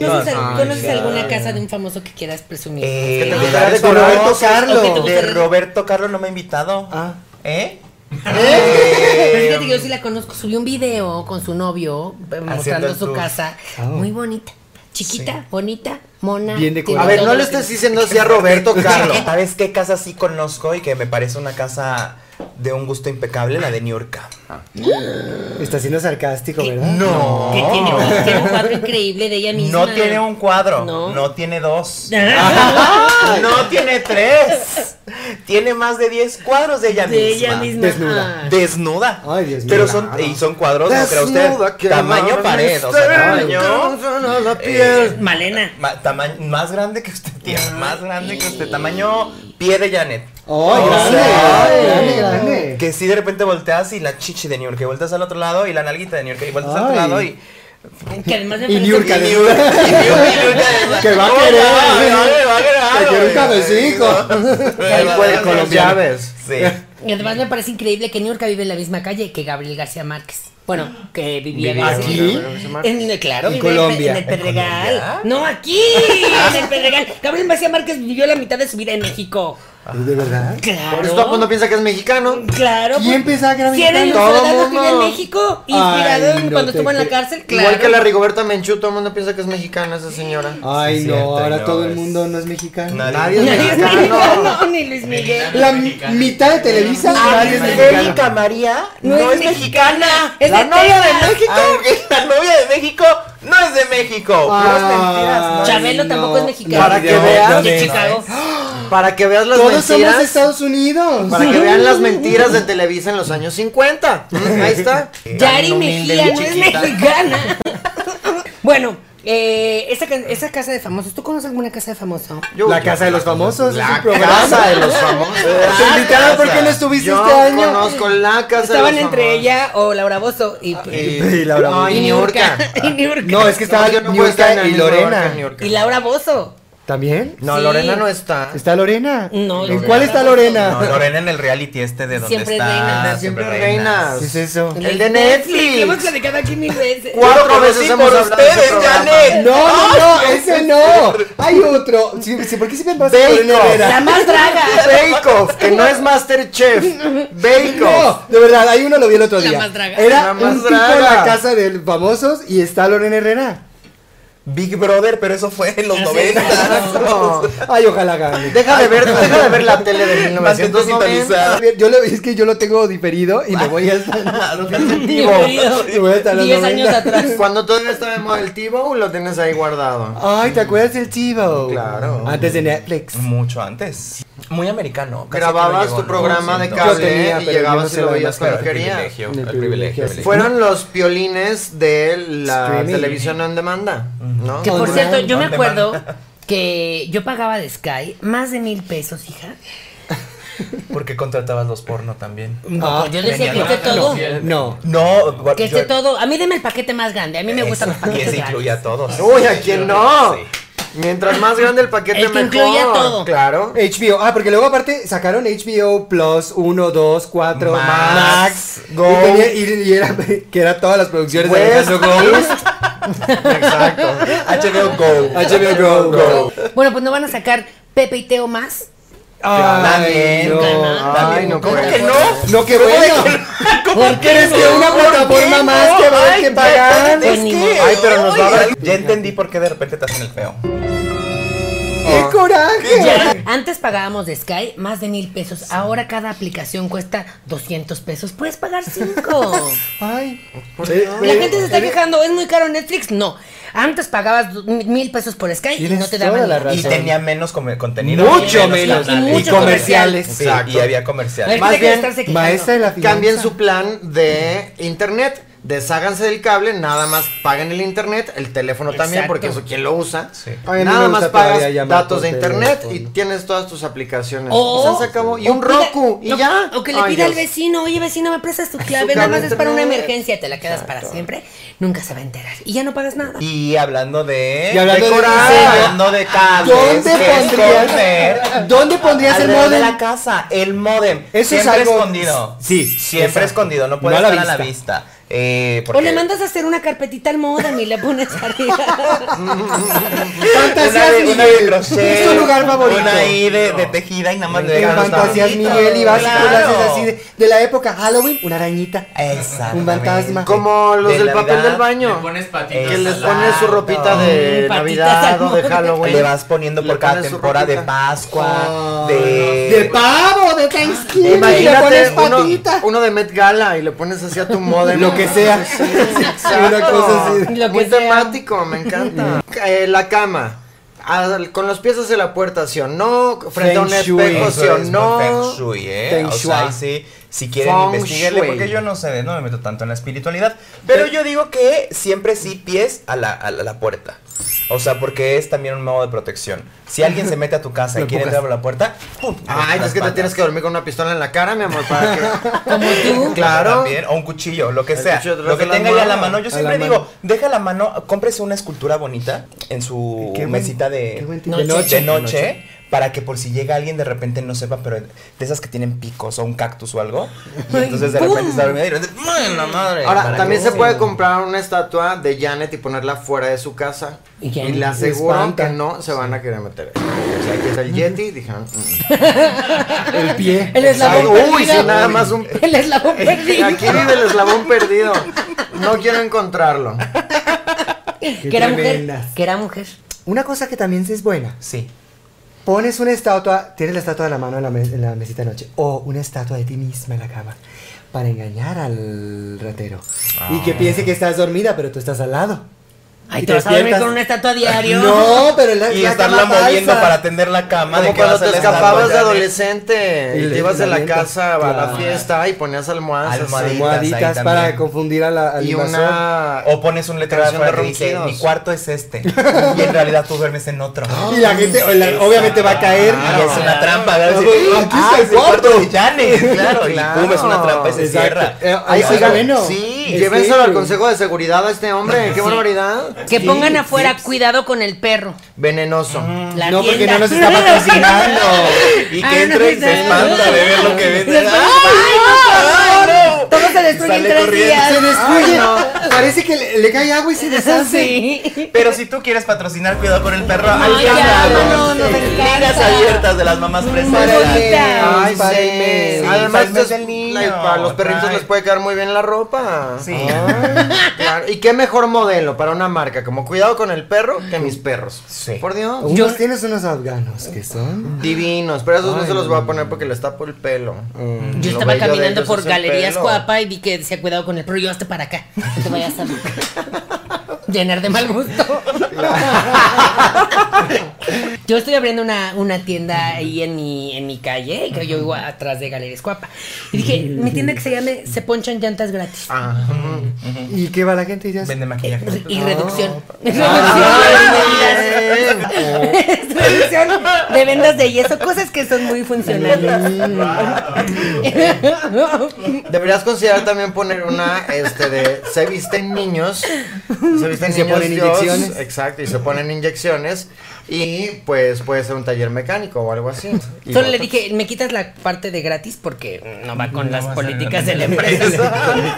Speaker 1: ¿Conoces,
Speaker 4: Ay,
Speaker 1: conoces
Speaker 4: ya.
Speaker 1: alguna casa de un famoso que quieras presumir?
Speaker 3: Eh,
Speaker 4: te
Speaker 3: de
Speaker 4: gustaría
Speaker 3: Roberto
Speaker 4: de Roberto
Speaker 3: Carlos.
Speaker 4: Carlos?
Speaker 1: ¿O qué te gustaría?
Speaker 3: De Roberto Carlos no me ha invitado.
Speaker 2: Ah.
Speaker 3: ¿Eh?
Speaker 1: Pero fíjate que yo sí la conozco. Subió un video con su novio eh,
Speaker 3: Haciendo
Speaker 1: mostrando
Speaker 3: el
Speaker 1: su
Speaker 3: tour.
Speaker 1: casa.
Speaker 2: Ah.
Speaker 4: Oh.
Speaker 1: Muy bonita. Chiquita, bonita, mona.
Speaker 2: Bien
Speaker 1: tiene
Speaker 2: decorada.
Speaker 4: A ver,
Speaker 1: todo
Speaker 4: no le
Speaker 1: lo que-
Speaker 4: estés diciendo así a Roberto Carlos.
Speaker 3: ¿Sabes qué casa sí conozco y que me parece una casa de un gusto impecable? La de Niurka.
Speaker 2: Está siendo sarcástico, ¿verdad?
Speaker 3: No.
Speaker 1: Que tiene, un- tiene un cuadro increíble de ella misma.
Speaker 3: No tiene un cuadro,
Speaker 1: No.
Speaker 3: no, tiene dos, no tiene tres, tiene más de 10 cuadros de ella
Speaker 1: de
Speaker 3: misma.
Speaker 1: ella misma.
Speaker 2: Desnuda.
Speaker 1: Ah.
Speaker 3: Desnuda.
Speaker 2: Ay, Dios mío.
Speaker 3: Pero son, y son cuadros, no crea
Speaker 4: Desnuda que
Speaker 3: usted, tamaño
Speaker 4: aman
Speaker 3: pared, o sea,
Speaker 4: ustedes,
Speaker 3: tamaño... eh,
Speaker 4: que aman a
Speaker 2: Eh,
Speaker 4: la piel.
Speaker 1: Ah, Malena.
Speaker 3: ma- tamaño más grande que usted tiene, más grande que usted, tamaño pie de Janet.
Speaker 2: Ay,
Speaker 3: O
Speaker 2: Oh, grande,
Speaker 3: sea,
Speaker 2: ay, grande, grande.
Speaker 3: Que si de repente volteas y la chichi de New York, y volteas al otro lado y la nalguita de New York, y volteas al
Speaker 2: Ay.
Speaker 3: otro lado y.
Speaker 1: Que además me
Speaker 2: Y
Speaker 1: parece
Speaker 2: Niurka
Speaker 1: bien.
Speaker 2: de-
Speaker 4: Que
Speaker 2: Que va a querer. Que quiere un cabecico.
Speaker 4: Ahí puede con los llaves.
Speaker 3: Sí.
Speaker 1: Y además me parece increíble que Niurka vive en la misma calle que Gabriel García Márquez. Bueno, que vivía
Speaker 3: Vivía
Speaker 1: Gabriel.
Speaker 2: aquí.
Speaker 1: En, claro,
Speaker 2: En
Speaker 1: vive en
Speaker 2: Colombia.
Speaker 1: Pe- En el
Speaker 2: ¿En
Speaker 1: Pedregal. No, aquí. en el Pedregal. Gabriel García Márquez vivió la mitad de su vida en México.
Speaker 2: ¿De verdad?
Speaker 1: Claro.
Speaker 4: Por eso todo el mundo piensa que es mexicano.
Speaker 1: Claro.
Speaker 2: ¿Quién
Speaker 1: pues,
Speaker 2: pensaba que era
Speaker 1: Si era el
Speaker 2: mexicano?
Speaker 4: Todo
Speaker 1: soldado que vive en
Speaker 4: mundo.
Speaker 1: México, inspirado
Speaker 2: Ay,
Speaker 1: en
Speaker 2: no
Speaker 1: cuando
Speaker 2: te
Speaker 1: estuvo en la
Speaker 2: creo.
Speaker 1: cárcel, claro.
Speaker 4: Igual que la Rigoberta Menchú, todo el mundo piensa que es mexicana esa señora. Ah,
Speaker 2: Ay,
Speaker 3: Sí,
Speaker 2: no,
Speaker 3: cierto,
Speaker 2: ahora
Speaker 3: no,
Speaker 2: todo el
Speaker 3: es-
Speaker 2: mundo no es mexicano.
Speaker 3: Nadie-
Speaker 4: Nadie es
Speaker 1: Nadie es
Speaker 4: mexicano.
Speaker 1: mexicano, ni Luis Miguel.
Speaker 2: La m- mitad de Televisa nadie es mexicano.
Speaker 3: Angélica María no, es mexicana.
Speaker 1: Es
Speaker 3: la
Speaker 1: de
Speaker 3: novia
Speaker 1: Texas.
Speaker 3: de México. la novia de México no es de México.
Speaker 4: Ah.
Speaker 3: Puras mentiras, ¿no?
Speaker 2: Ay,
Speaker 1: Chabelo
Speaker 2: no.
Speaker 1: tampoco es mexicano.
Speaker 4: Para
Speaker 2: No,
Speaker 4: que
Speaker 2: no,
Speaker 4: veas.
Speaker 2: no,
Speaker 1: De
Speaker 2: no.
Speaker 1: Chicago.
Speaker 4: Para que veas las
Speaker 2: Todos somos de
Speaker 4: mentiras.
Speaker 2: Estados Unidos.
Speaker 4: Para que vean las mentiras de Televisa en los años 50. Mm, Ahí está.
Speaker 1: Yari
Speaker 4: Tan humilde,
Speaker 1: Mejía
Speaker 4: mi
Speaker 1: no es
Speaker 4: chiquita.
Speaker 1: mexicana. bueno, eh, esa, ca- esa casa de famosos, ¿tú conoces alguna casa de famosos?
Speaker 4: Yo-
Speaker 2: La Casa de los Famosos es
Speaker 4: La
Speaker 2: un programa.
Speaker 4: casa de los famosos.
Speaker 2: Te invitaron porque no estuviste
Speaker 4: Yo
Speaker 2: este año.
Speaker 4: conozco la casa
Speaker 1: Estaban
Speaker 4: de los
Speaker 1: entre
Speaker 4: famosos. Ah, Eh,
Speaker 1: ella o Laura Bozo y,
Speaker 4: Y,
Speaker 2: Y Laura Bozo.
Speaker 4: Ay, Niurka.
Speaker 1: y Niurka.
Speaker 2: No, es que estaba
Speaker 4: yo no puedo estar en
Speaker 2: Niurka y
Speaker 4: el
Speaker 2: Lorena.
Speaker 4: Niurka, Niurka.
Speaker 1: Y Laura Bozo.
Speaker 2: ¿También?
Speaker 4: No,
Speaker 1: Sí.
Speaker 4: Lorena no está.
Speaker 2: ¿Está Lorena?
Speaker 1: No,
Speaker 2: ¿En
Speaker 1: Lorena.
Speaker 2: cuál está Lorena?
Speaker 3: No, Lorena en el reality este de donde
Speaker 1: Siempre
Speaker 3: está.
Speaker 1: reinas.
Speaker 4: Siempre reinas.
Speaker 2: ¿Qué es eso?
Speaker 4: El de Netflix.
Speaker 1: Lo hemos platicado aquí mil veces.
Speaker 4: Cuatro veces hemos
Speaker 3: por
Speaker 4: hablado de ese
Speaker 3: ustedes,
Speaker 4: programa.
Speaker 3: Janet.
Speaker 2: No, no, no, ese no. Hay otro. Sí, sí, ¿Por qué siempre me pasa con Lorena
Speaker 4: Bacon.
Speaker 2: Herrera?
Speaker 1: La más draga.
Speaker 4: Bake Off, que no es Masterchef. Bake Off.
Speaker 2: No, de verdad, ahí uno lo vi el otro
Speaker 1: La
Speaker 2: día.
Speaker 1: más draga.
Speaker 2: Era
Speaker 4: La más
Speaker 2: un tipo
Speaker 4: draga.
Speaker 2: en la casa de famosos y está Lorena Herrera.
Speaker 3: Big Brother, pero eso fue en los
Speaker 1: Así
Speaker 3: 90.
Speaker 4: No.
Speaker 2: Ay, ojalá gane.
Speaker 4: Deja de ver, deja de ver la tele de
Speaker 3: Mantente
Speaker 4: 1990.
Speaker 3: sintonizada.
Speaker 2: Yo lo- es que yo lo tengo diferido y me voy hasta
Speaker 1: Bienvenido.
Speaker 2: Y voy hasta los
Speaker 1: 10 años
Speaker 2: 90.
Speaker 1: atrás.
Speaker 4: Cuando todavía estaba en moda el T-Bow, lo tienes ahí guardado.
Speaker 2: Ay, ¿te acuerdas del Chivo?
Speaker 4: Claro.
Speaker 2: Antes de Netflix.
Speaker 3: Mucho antes. Muy americano. casi que no
Speaker 4: Grababas
Speaker 3: llegó,
Speaker 4: tu
Speaker 3: ¿no?
Speaker 4: programa de
Speaker 3: Siento.
Speaker 2: Yo
Speaker 4: cable
Speaker 2: tenía,
Speaker 4: y
Speaker 2: pero yo no
Speaker 4: llegabas
Speaker 2: se
Speaker 4: y lo
Speaker 2: lo
Speaker 4: veías
Speaker 2: vi.
Speaker 4: cuando
Speaker 3: Pero el
Speaker 4: querías.
Speaker 3: privilegio,
Speaker 2: El
Speaker 3: el
Speaker 2: privilegio,
Speaker 3: privilegio.
Speaker 2: sí.
Speaker 3: Fue-
Speaker 4: Fueron los piolines de la
Speaker 2: Este, Streaming.
Speaker 4: televisión on demanda, ¿no?
Speaker 1: Que por
Speaker 2: On
Speaker 1: cierto,
Speaker 2: demand,
Speaker 1: yo me
Speaker 3: on demand.
Speaker 1: acuerdo que yo pagaba de Sky más de mil pesos, hija.
Speaker 3: Porque contratabas los porno también.
Speaker 2: Ah,
Speaker 1: yo decía que
Speaker 3: venía
Speaker 1: esté
Speaker 3: la-
Speaker 1: todo.
Speaker 2: No.
Speaker 3: No, bueno,
Speaker 1: Que
Speaker 3: yo-
Speaker 1: esté todo. A mí deme el paquete más grande. A mí me gustan los
Speaker 3: Eso, Y
Speaker 1: paquetes
Speaker 3: ese incluye
Speaker 1: grandes.
Speaker 3: a todos.
Speaker 4: Uy, ¿a quién no?
Speaker 3: Sí.
Speaker 4: Mientras más grande el paquete,
Speaker 1: El que
Speaker 4: mejor.
Speaker 1: incluía todo.
Speaker 4: Claro.
Speaker 2: HBO, ah, porque luego aparte sacaron HBO Plus 1, 2, 4,
Speaker 3: Max,
Speaker 2: Max,
Speaker 4: Go.
Speaker 2: Y, tenía- y- y era que era todas las producciones de
Speaker 4: West,
Speaker 2: Alejandro Go.
Speaker 4: East. Exacto.
Speaker 3: HBO Go.
Speaker 2: HBO Go.
Speaker 1: Bueno, pues no van a sacar Pepe y Teo más.
Speaker 2: Ay,
Speaker 3: También,
Speaker 2: no.
Speaker 1: canal,
Speaker 2: Ay,
Speaker 4: también.
Speaker 2: no,
Speaker 4: ¿Cómo
Speaker 2: qué
Speaker 4: que
Speaker 2: bueno.
Speaker 4: no?
Speaker 2: No, qué bueno. ¿Por qué eres que una plataforma más que va a haber que pagar?
Speaker 1: Pues ni modo.
Speaker 3: Ay, pero nos va a
Speaker 2: Ay,
Speaker 3: dar- Ya entendí por qué de repente te hacen el feo.
Speaker 2: ¡Qué coraje!
Speaker 1: Ya, Antes pagábamos de Sky más de mil pesos. Ahora cada aplicación cuesta 200 pesos. Puedes pagar cinco.
Speaker 2: Ay,
Speaker 1: La gente se está quejando. ¿Es muy caro Netflix? No. Antes pagabas du- mil pesos por Sky y
Speaker 2: Tienes
Speaker 1: no te
Speaker 2: toda
Speaker 1: daban.
Speaker 2: la
Speaker 1: nada.
Speaker 2: razón.
Speaker 3: Y tenía menos come- contenido.
Speaker 2: Mucho
Speaker 3: y
Speaker 2: menos.
Speaker 3: canales.
Speaker 1: Y mucho comerciales.
Speaker 3: Sí,
Speaker 4: Exacto.
Speaker 3: y había
Speaker 1: Hay
Speaker 3: comerciales.
Speaker 1: gente
Speaker 4: Más
Speaker 1: que debe
Speaker 4: bien,
Speaker 1: estarse quejando.
Speaker 2: Maestra de la finanza.
Speaker 4: Cambien su plan de internet. Desháganse del cable, nada más paguen el internet, el teléfono también,
Speaker 1: Exacto.
Speaker 4: porque eso quien lo usa.
Speaker 3: Sí.
Speaker 2: Ay, a mí me
Speaker 4: nada más
Speaker 2: gusta
Speaker 4: pagas
Speaker 2: todavía llamar
Speaker 4: datos de
Speaker 2: por
Speaker 4: internet y
Speaker 2: teléfono.
Speaker 4: tienes todas tus aplicaciones.
Speaker 1: O-
Speaker 4: O sea, se acabó. Y
Speaker 1: o
Speaker 4: un
Speaker 1: pida-
Speaker 4: Roku, y
Speaker 1: no,
Speaker 4: ya.
Speaker 1: O que le
Speaker 4: Ay,
Speaker 1: pida al
Speaker 4: Dios.
Speaker 1: vecino, oye vecino, me prestas tu clave,
Speaker 4: cable
Speaker 1: nada más es para una
Speaker 4: internet.
Speaker 1: emergencia, te la quedas para siempre, nunca se va a enterar. Y ya no pagas nada.
Speaker 3: Y hablando de.
Speaker 2: Y hablando de
Speaker 3: decorar,
Speaker 2: diseño,
Speaker 3: hablando de cables,
Speaker 2: ¿Dónde
Speaker 3: que esconder.
Speaker 2: pondrías, ¿Dónde pondrías el
Speaker 3: Alrededor de la
Speaker 2: modem?
Speaker 3: casa, el modem.
Speaker 2: Eso es
Speaker 3: siempre
Speaker 2: algo-
Speaker 3: escondido.
Speaker 2: Sí,
Speaker 3: Siempre
Speaker 2: exacto.
Speaker 3: escondido, no puede
Speaker 2: No a la
Speaker 3: estar a la vista. Eh,
Speaker 1: O
Speaker 3: porque-
Speaker 1: le mandas a hacer una carpetita al modem y le pones arriba.
Speaker 3: Una
Speaker 2: Fantasías
Speaker 3: de, una de
Speaker 2: Miguel.
Speaker 3: crochet,
Speaker 2: Es tu lugar favorito.
Speaker 3: Una ahí de, de tejida y nada más le
Speaker 2: En
Speaker 3: dejan los
Speaker 2: fantasías
Speaker 3: tablitos.
Speaker 2: Miguel y vas y tú lo haces
Speaker 3: Claro.
Speaker 2: así de, de la época Halloween, una arañita.
Speaker 3: Exactamente.
Speaker 2: Un fantasma.
Speaker 4: Como los
Speaker 3: De
Speaker 4: del
Speaker 3: Navidad,
Speaker 4: papel del
Speaker 6: Le
Speaker 4: baño.
Speaker 6: pones patitas.
Speaker 4: Eh, Que les
Speaker 6: al
Speaker 4: pones su
Speaker 6: lado.
Speaker 4: ropita de
Speaker 1: Mm, patitas
Speaker 4: Navidad
Speaker 1: al
Speaker 4: o de
Speaker 1: monte.
Speaker 4: Halloween.
Speaker 3: Le vas poniendo por
Speaker 4: Le
Speaker 3: cada
Speaker 4: pones su
Speaker 3: temporada de
Speaker 4: ropita.
Speaker 3: Pascua, de...
Speaker 2: De pavo, de Thanksgiving. le pones
Speaker 4: Imagínate uno,
Speaker 2: patita.
Speaker 4: uno de Met Gala y le pones así a tu modem.
Speaker 2: Lo que sea.
Speaker 4: Sí,
Speaker 2: Una cosa así.
Speaker 1: Lo que
Speaker 4: Muy
Speaker 1: sea.
Speaker 4: temático, me
Speaker 3: Mm.
Speaker 4: encanta. Eh, la cama. Al- con los pies hacia la puerta, ¿sí o no? Frente a un
Speaker 2: Feng shui.
Speaker 4: espejo,
Speaker 3: Eso
Speaker 4: ¿sí o
Speaker 3: es muy
Speaker 4: no?
Speaker 3: Feng Shui, ¿eh?
Speaker 2: Feng
Speaker 3: O sea,
Speaker 2: shui.
Speaker 3: ahí sí, si quieren
Speaker 4: Feng
Speaker 3: investigarle,
Speaker 4: shui.
Speaker 3: porque yo no sé, no me meto tanto en la espiritualidad, pero yo digo que siempre sí pies a la, a la, a la puerta. O sea, porque es también un modo de protección. Si alguien se mete a tu casa y
Speaker 2: Lo
Speaker 3: quiere
Speaker 2: empujas.
Speaker 3: entrar por la puerta, ¡pum!
Speaker 4: Ay,
Speaker 3: Las
Speaker 4: es que te
Speaker 3: patas.
Speaker 4: tienes que dormir con una pistola en la cara, mi amor, para que.
Speaker 1: Como tú.
Speaker 4: Claro.
Speaker 3: También, o un cuchillo, lo que
Speaker 4: El
Speaker 3: sea.
Speaker 4: cuchillo detrás
Speaker 3: Lo que
Speaker 4: de la
Speaker 3: tenga ya a la
Speaker 4: mano.
Speaker 3: mano. Yo
Speaker 2: A
Speaker 3: siempre
Speaker 2: la
Speaker 3: digo,
Speaker 2: mano.
Speaker 3: deja la mano, cómprese una escultura bonita en su
Speaker 2: Qué buen-
Speaker 3: mesita
Speaker 2: qué buen
Speaker 3: de,
Speaker 2: tip.
Speaker 3: de
Speaker 2: Noche.
Speaker 3: noche, para que por si llega alguien de repente no sepa, pero de esas que tienen picos o un cactus o algo. y
Speaker 1: Ay,
Speaker 3: entonces de
Speaker 1: ¡pum!
Speaker 3: repente está dormida y de repente, ¡mmm, la madre!
Speaker 4: Ahora,
Speaker 3: Para
Speaker 4: también
Speaker 3: que-
Speaker 4: se puede comprar una estatua de Janet y ponerla fuera de su casa.
Speaker 1: Y
Speaker 4: Y,
Speaker 1: ya
Speaker 4: le
Speaker 1: no.
Speaker 4: aseguro
Speaker 2: Espanta.
Speaker 4: que no se van a querer meter. O sea, aquí está el Yeti, dijeron. "Mm".
Speaker 2: El pie.
Speaker 1: El
Speaker 4: Ay,
Speaker 1: eslabón
Speaker 4: uy,
Speaker 1: perdido.
Speaker 4: sí, nada más un.
Speaker 1: El eslabón perdido.
Speaker 4: Aquí vive el eslabón perdido. No quiero encontrarlo.
Speaker 1: Que era mujer.
Speaker 2: tremendas.
Speaker 1: Que era mujer.
Speaker 2: Una cosa que también es buena.
Speaker 3: Sí.
Speaker 2: Pones una estatua, tienes la estatua de la mano en la, mes- en la mesita de noche, o una estatua de ti misma en la cama, para engañar al ratero. Y que piense que estás dormida, pero tú estás al lado.
Speaker 1: Ay,
Speaker 2: Y
Speaker 1: te
Speaker 2: te
Speaker 1: vas a dormir
Speaker 2: despiertas.
Speaker 1: con una estatua diario.
Speaker 2: No, pero la,
Speaker 3: Y
Speaker 2: la
Speaker 3: estarla
Speaker 2: cama
Speaker 3: moviendo
Speaker 2: falsa.
Speaker 3: para atender la cama. de
Speaker 4: Como
Speaker 3: que va a
Speaker 4: cuando
Speaker 3: ser
Speaker 4: te
Speaker 3: la estatua
Speaker 4: escapabas de
Speaker 3: Janet.
Speaker 4: adolescente
Speaker 2: Y
Speaker 4: y
Speaker 2: le-
Speaker 4: te ibas de
Speaker 2: la
Speaker 4: la
Speaker 2: neta,
Speaker 4: casa a la
Speaker 2: claro.
Speaker 4: fiesta y ponías almohadas. así.
Speaker 3: Almohaditas.
Speaker 2: Almohaditas
Speaker 3: ahí
Speaker 2: para
Speaker 3: también.
Speaker 2: confundir a la, al
Speaker 4: Y
Speaker 2: invasor.
Speaker 4: una.
Speaker 3: O pones un letrero
Speaker 4: Canción de
Speaker 3: afuera que dice,
Speaker 4: ronquidos.
Speaker 3: mi cuarto es este. Y en realidad tú duermes en otro.
Speaker 2: Y la gente, o la- obviamente va a caer.
Speaker 3: Ah, es una trampa. ¿verdad?
Speaker 2: Aquí
Speaker 3: Dice,
Speaker 2: está el
Speaker 3: es el cuarto
Speaker 2: cuarto".
Speaker 3: de Janet, claro.
Speaker 4: Claro.
Speaker 3: Y pum, es una trampa y se
Speaker 2: Exacto.
Speaker 3: cierra.
Speaker 2: Eh, ahí
Speaker 3: Claro.
Speaker 2: sí ganó.
Speaker 4: Sí,
Speaker 2: Es
Speaker 4: llévenselo
Speaker 2: serio.
Speaker 4: al consejo de seguridad a este hombre. ¡Qué barbaridad!
Speaker 1: Que pongan Mm. afuera cuidado con el perro.
Speaker 4: Venenoso.
Speaker 1: La
Speaker 2: No, porque
Speaker 1: tienda.
Speaker 2: no nos está patrocinando.
Speaker 1: Ay,
Speaker 3: Y que
Speaker 1: Ah, no
Speaker 3: entre y
Speaker 1: sé
Speaker 3: se
Speaker 1: si-
Speaker 3: espanta de ver lo que venden.
Speaker 1: Después-
Speaker 3: ¡Ay, no!
Speaker 1: Todo se destruye en
Speaker 3: Sale
Speaker 1: tres
Speaker 3: corriendo.
Speaker 1: días.
Speaker 2: Se destruye. Parece que le, le cae agua y se deshace.
Speaker 1: Sí.
Speaker 3: Pero si tú quieres patrocinar, cuidado con el perro.
Speaker 1: Ay,
Speaker 3: Ahí
Speaker 1: ya,
Speaker 3: está.
Speaker 1: no, nos
Speaker 3: Ligas
Speaker 1: encanta.
Speaker 3: abiertas de las mamás presentes.
Speaker 1: Bonita.
Speaker 2: Ay, párenme.
Speaker 4: sí.
Speaker 2: Sí,
Speaker 4: Además,
Speaker 3: palmas
Speaker 4: estos-
Speaker 3: del niño,
Speaker 4: la- para los perritos
Speaker 3: trae.
Speaker 4: les puede quedar muy bien la ropa.
Speaker 3: Sí.
Speaker 4: Ay, claro. Y qué mejor modelo para una marca, como cuidado con el perro que mis perros.
Speaker 3: Sí.
Speaker 4: Por Dios.
Speaker 2: Unos tienes unos afganos que son.
Speaker 4: Divinos, pero esos no
Speaker 2: Ay,
Speaker 4: se los
Speaker 2: no,
Speaker 4: voy a
Speaker 2: no,
Speaker 4: poner porque les tapo el pelo. Mm.
Speaker 1: Yo
Speaker 4: Lo
Speaker 1: estaba
Speaker 4: bello de
Speaker 1: caminando
Speaker 4: ellos
Speaker 1: por
Speaker 4: es el
Speaker 1: galerías
Speaker 4: pelo.
Speaker 1: guapa y vi que decía cuidado con el perro. Yo hasta para acá. No te vayas a llenar de mal gusto. yo estoy abriendo una, una tienda ahí en mi, en mi calle. Y creo yo vivo atrás de galerías guapa. Y dije, mi tienda que se llame Se Ponchan Llantas Gratis.
Speaker 4: Ah,
Speaker 2: ¿Y qué va la gente? Y ya
Speaker 3: Vende maquillaje.
Speaker 1: Y reducción.
Speaker 3: Ah.
Speaker 4: Ay,
Speaker 1: Oh. Reducción de vendas de yeso, cosas que son muy funcionales.
Speaker 4: Deberías considerar también poner una este de se visten niños, se visten
Speaker 2: Y se
Speaker 4: niños,
Speaker 2: ponen
Speaker 4: Dios,
Speaker 2: inyecciones.
Speaker 4: exacto, y se ponen inyecciones y pues puede ser un taller mecánico o algo así. Y
Speaker 1: Solo le
Speaker 4: botox.
Speaker 1: dije, me quitas la parte de gratis porque no va con las políticas de la empresa.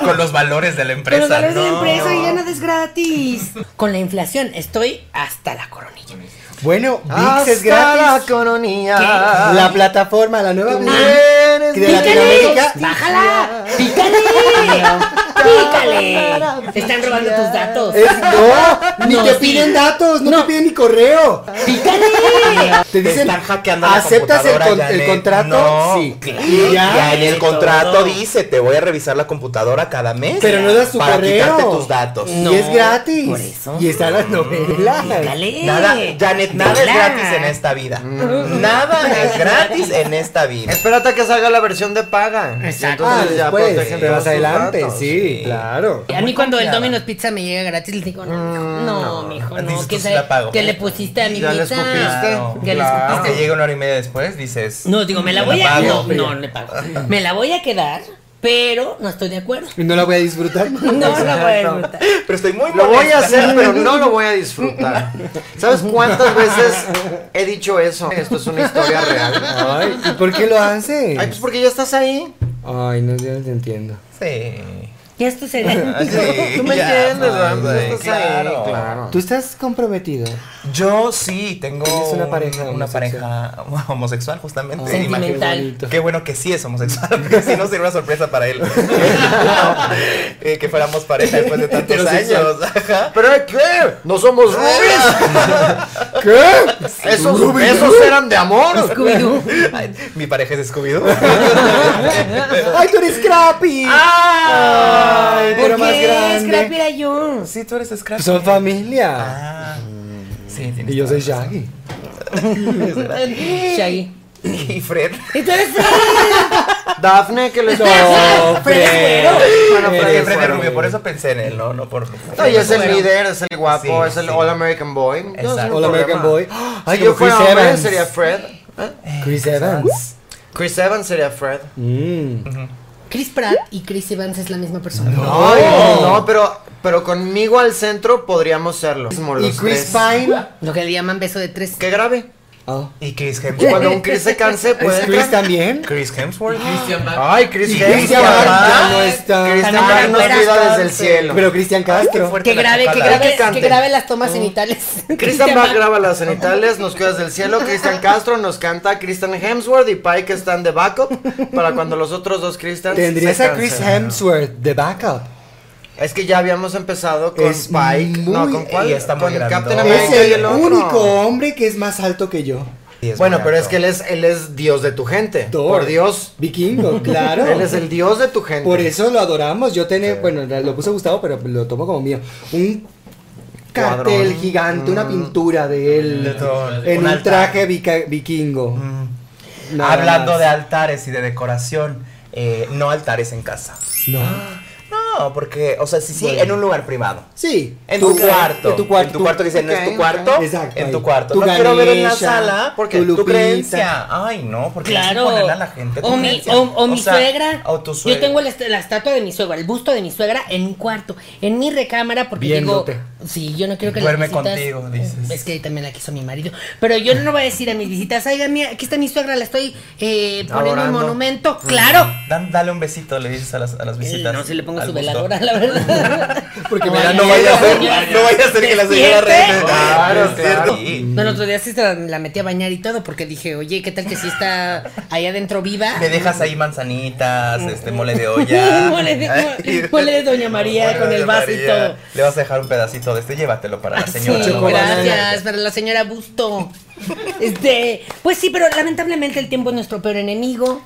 Speaker 3: Con los valores de la
Speaker 1: Pero
Speaker 3: empresa.
Speaker 1: los valores de la
Speaker 3: no.
Speaker 1: empresa y ya nada es gratis. Con la inflación estoy hasta la coronilla.
Speaker 2: Bueno, VIX es
Speaker 4: Hasta
Speaker 2: gratis.
Speaker 4: la coronilla.
Speaker 2: La plataforma, la nueva
Speaker 4: Tú
Speaker 2: Vix
Speaker 4: eres
Speaker 2: de
Speaker 4: mi-
Speaker 1: ¡Pícale!
Speaker 2: Latinoamérica.
Speaker 1: ¡Bájala! ¡Pícale! ¡Pícale! Te están robando tus datos.
Speaker 2: Es- no, ni
Speaker 1: No,
Speaker 2: te
Speaker 1: sí.
Speaker 2: piden datos, no, te piden ni correo.
Speaker 1: ¡Pícale!
Speaker 2: Te
Speaker 3: Te
Speaker 2: dicen,
Speaker 3: están hackeando la
Speaker 2: ¿aceptas el,
Speaker 3: computadora,
Speaker 2: con- el
Speaker 3: Janet?
Speaker 2: contrato?
Speaker 3: No.
Speaker 2: Sí.
Speaker 3: Claro.
Speaker 2: Y ya.
Speaker 3: Ya en el contrato
Speaker 1: todo.
Speaker 3: dice, te voy a revisar la computadora cada mes.
Speaker 2: Pero no das tu
Speaker 3: para
Speaker 2: correo.
Speaker 3: quitarte tus datos.
Speaker 1: No,
Speaker 2: y es gratis.
Speaker 1: por eso.
Speaker 2: Y están las novelas.
Speaker 1: ¡Pícale!
Speaker 3: Nada, Janet, nada es
Speaker 1: Vela.
Speaker 3: gratis en esta vida. Nada es gratis en esta vida.
Speaker 4: Espérate a que salga la versión de paga.
Speaker 1: Exacto.
Speaker 2: Ah,
Speaker 4: Entonces ya
Speaker 2: después,
Speaker 4: protegen
Speaker 2: pero
Speaker 4: todos
Speaker 2: más
Speaker 4: sus
Speaker 2: adelante,
Speaker 4: datos.
Speaker 2: sí, claro.
Speaker 1: A mí cuando el
Speaker 3: confiada.
Speaker 1: Domino's Pizza me llega gratis, les digo, no, mijo, no, mijo,
Speaker 3: Dices,
Speaker 1: no,
Speaker 3: tú
Speaker 1: ¿qué,
Speaker 3: sí
Speaker 1: sabe-
Speaker 3: la pago.
Speaker 1: qué le pusiste a mi
Speaker 4: Ya le
Speaker 1: pizza?
Speaker 4: escupiste.
Speaker 1: Claro. ¿Qué le
Speaker 4: Claro.
Speaker 1: escupiste?
Speaker 3: Que llega una hora y media después, dices.
Speaker 1: No, digo, me la
Speaker 3: "Te
Speaker 1: voy a... No,
Speaker 3: pago".
Speaker 1: no, le pago. Me la voy a quedar, pero no estoy de acuerdo.
Speaker 2: Y no la voy a disfrutar.
Speaker 1: No, no voy a disfrutar.
Speaker 3: Pero estoy muy
Speaker 4: Lo voy a
Speaker 3: molesta.
Speaker 4: hacer, pero no lo voy a disfrutar. ¿Sabes cuántas veces he dicho eso? Esto es una historia real.
Speaker 2: Ay, ¿y por qué lo hace?
Speaker 4: Ay, pues porque ya estás ahí.
Speaker 2: Ay, no, yo no te entiendo.
Speaker 3: Sí.
Speaker 1: Y esto será...
Speaker 3: Sí,
Speaker 4: Tú me
Speaker 3: ya,
Speaker 4: entiendes, ¿verdad?
Speaker 3: no, sí,
Speaker 4: Tú estás ahí,
Speaker 3: claro.
Speaker 4: claro.
Speaker 2: Tú estás comprometido.
Speaker 3: Yo sí tengo
Speaker 2: Tienes una
Speaker 3: un-
Speaker 2: pareja
Speaker 3: una
Speaker 2: homosexual.
Speaker 3: pareja homosexual
Speaker 2: Ah.
Speaker 3: justamente.
Speaker 1: Sentimental.
Speaker 3: imagínate.
Speaker 1: Tal.
Speaker 2: bonito.
Speaker 3: Qué bueno que sí es homosexual, porque si no sería una sorpresa para él. Eh, que fuéramos pareja después de tantos
Speaker 2: Heterosexual.
Speaker 3: años. Ajá.
Speaker 4: ¿Pero qué? ¿No somos rubis?
Speaker 2: ¿Qué?
Speaker 4: Esos, esos eran de amor.
Speaker 1: Scooby-Doo.
Speaker 3: Ay, Mi pareja es Scooby-Doo.
Speaker 2: Ay, tú eres Scrappy.
Speaker 3: ¡Ay!
Speaker 2: Pero más grande.
Speaker 1: Scrappy era yo.
Speaker 3: Sí, tú eres Scrappy.
Speaker 2: Son familia.
Speaker 3: Ah. Pues, Sí, tienes
Speaker 2: y yo
Speaker 3: toda
Speaker 2: soy
Speaker 3: la razón.
Speaker 2: Shaggy.
Speaker 1: Shaggy.
Speaker 3: Y Fred.
Speaker 1: Y tú eres
Speaker 4: Dafne, ¿qué les
Speaker 2: No,
Speaker 4: pasa?
Speaker 2: Fred.
Speaker 4: Bueno, Fred
Speaker 2: Fred,
Speaker 4: es
Speaker 3: Siempre de
Speaker 4: bueno.
Speaker 3: rubio, por eso pensé en él, ¿no? No por.
Speaker 4: No, y es el
Speaker 3: Bueno.
Speaker 4: líder, es el guapo,
Speaker 3: Sí,
Speaker 4: es el
Speaker 3: sí.
Speaker 4: All American Boy. No,
Speaker 3: Exacto.
Speaker 4: es un
Speaker 2: All American Boy.
Speaker 4: problema.
Speaker 2: Ay,
Speaker 4: si
Speaker 2: como
Speaker 4: yo fuera
Speaker 2: Chris
Speaker 4: hombre,
Speaker 2: Evans.
Speaker 4: sería Fred. ¿Eh?
Speaker 2: Chris Evans.
Speaker 4: Chris Evans sería Fred.
Speaker 2: Mm.
Speaker 1: Chris Pratt y Chris Evans es la misma persona.
Speaker 4: Ay, no, pero, pero conmigo al centro podríamos serlo. Mismo
Speaker 2: Y
Speaker 4: los
Speaker 2: Chris
Speaker 4: tres.
Speaker 2: Pine.
Speaker 1: Lo que le llaman beso de tres.
Speaker 4: Qué grave.
Speaker 2: Oh.
Speaker 3: Y Chris
Speaker 4: Cuando
Speaker 3: Hemsworth.
Speaker 4: un Chris se canse, puede.
Speaker 2: ¿Es Chris
Speaker 4: entrar.
Speaker 2: también?
Speaker 3: Chris Hemsworth.
Speaker 4: Ay, Chris
Speaker 2: Y
Speaker 4: Hemsworth.
Speaker 2: Christian Bale ya no está.
Speaker 4: Christian
Speaker 1: Tan
Speaker 4: Bale nos
Speaker 1: buenas
Speaker 4: cuida desde el
Speaker 3: tardes.
Speaker 4: cielo.
Speaker 2: Pero Cristian Castro.
Speaker 3: fuerte.
Speaker 1: Que
Speaker 3: la
Speaker 1: grave, que
Speaker 3: chacala.
Speaker 1: grave,
Speaker 4: Que cante.
Speaker 1: que grave las tomas cenitales.
Speaker 4: Christian Bach graba las cenitales, nos cuidas del cielo. Christian Castro nos canta. Christian Hemsworth y Pike están de backup para cuando los otros dos Christians.
Speaker 2: Tendrías
Speaker 4: se
Speaker 2: a Chris
Speaker 4: cansen.
Speaker 2: Hemsworth de backup.
Speaker 4: Es que ya habíamos empezado con
Speaker 2: Es
Speaker 4: Pike. no,
Speaker 2: muy-
Speaker 4: ¿con cuál?
Speaker 3: y está muy
Speaker 4: con
Speaker 3: grande.
Speaker 4: Captain
Speaker 3: Es
Speaker 4: America
Speaker 2: es
Speaker 4: y
Speaker 2: el
Speaker 4: el otro.
Speaker 2: único hombre que es más alto que yo.
Speaker 3: Sí, es
Speaker 4: Bueno,
Speaker 3: muy
Speaker 4: pero
Speaker 3: alto.
Speaker 4: es que él es, él es Dios de tu gente.
Speaker 2: Thor.
Speaker 4: Por Dios.
Speaker 2: Vikingo, claro.
Speaker 4: Él es el Dios de tu gente.
Speaker 2: Por eso lo adoramos. Yo tenía, bueno, en realidad lo puse Gustavo, pero lo tomo como mío. Un
Speaker 4: Cuadrón.
Speaker 2: cartel gigante, una pintura de él.
Speaker 3: De todo.
Speaker 2: en
Speaker 3: Mm. Un
Speaker 2: un,
Speaker 3: altar.
Speaker 2: traje vica- vikingo.
Speaker 3: Mm.
Speaker 2: Nada
Speaker 3: Hablando
Speaker 2: más.
Speaker 3: de altares y de decoración, eh, no altares en casa.
Speaker 2: No.
Speaker 3: No, porque, o sea, sí, sí, en un lugar privado.
Speaker 2: Sí.
Speaker 3: En tu, cuarto.
Speaker 2: En tu cuarto.
Speaker 3: En tu cuarto que dice, no es
Speaker 4: ok,
Speaker 3: tu cuarto.
Speaker 2: ok. Exacto,
Speaker 3: En
Speaker 2: ahí.
Speaker 3: tu cuarto.
Speaker 2: Tu
Speaker 3: no quiero ver en la
Speaker 2: Ganesha,
Speaker 3: sala. Porque
Speaker 2: tu
Speaker 3: tu,
Speaker 2: Lupita.
Speaker 3: creencia. Ay, no, porque
Speaker 1: Claro.
Speaker 3: claro. ponerle a la gente tu
Speaker 1: o mi,
Speaker 3: creencia.
Speaker 1: o, o mi
Speaker 3: sea,
Speaker 1: suegra.
Speaker 3: O tu suegra.
Speaker 1: Yo tengo la, est- la estatua de mi suegra, el busto de mi suegra en mi cuarto, en mi recámara, porque
Speaker 2: Viéndote.
Speaker 1: digo, sí, yo no quiero que
Speaker 3: Duerme
Speaker 1: las visitas- eh,
Speaker 3: contigo, dices.
Speaker 1: Es que también la quiso mi marido. Pero yo no voy a decir a mis visitas, oiga, mira, aquí está mi suegra, la estoy eh, poniendo en
Speaker 4: Adorando.
Speaker 1: monumento. ¡Claro!
Speaker 3: Dan- dale un besito, le dices a las, a las Mm. visitas.
Speaker 1: Eh, No, si le pongo
Speaker 3: al
Speaker 1: su
Speaker 3: gusto.
Speaker 1: veladora, la verdad.
Speaker 2: Porque me
Speaker 1: Ay,
Speaker 2: da
Speaker 1: no vaya a ser-
Speaker 3: no vaya a ser que la señora
Speaker 1: ¿Despierte?
Speaker 3: reine.
Speaker 4: Claro,
Speaker 3: Sí,
Speaker 4: claro.
Speaker 3: sí.
Speaker 1: No, el otro día sí se la, la metí a bañar y todo, porque dije, oye, ¿qué tal que si está allá adentro viva?
Speaker 3: Le dejas ahí manzanitas, este mole de olla.
Speaker 1: Mole de-
Speaker 3: Ay,
Speaker 1: mole de Doña María
Speaker 3: mole de
Speaker 1: con el
Speaker 3: Doña
Speaker 1: vaso y
Speaker 3: María.
Speaker 1: todo.
Speaker 3: Le vas a dejar un pedacito de este, llévatelo para la
Speaker 1: Ah,
Speaker 3: señora.
Speaker 1: sí,
Speaker 3: ¿no?
Speaker 1: gracias, para la señora Busto. Este, pues sí, pero lamentablemente el tiempo es nuestro peor enemigo.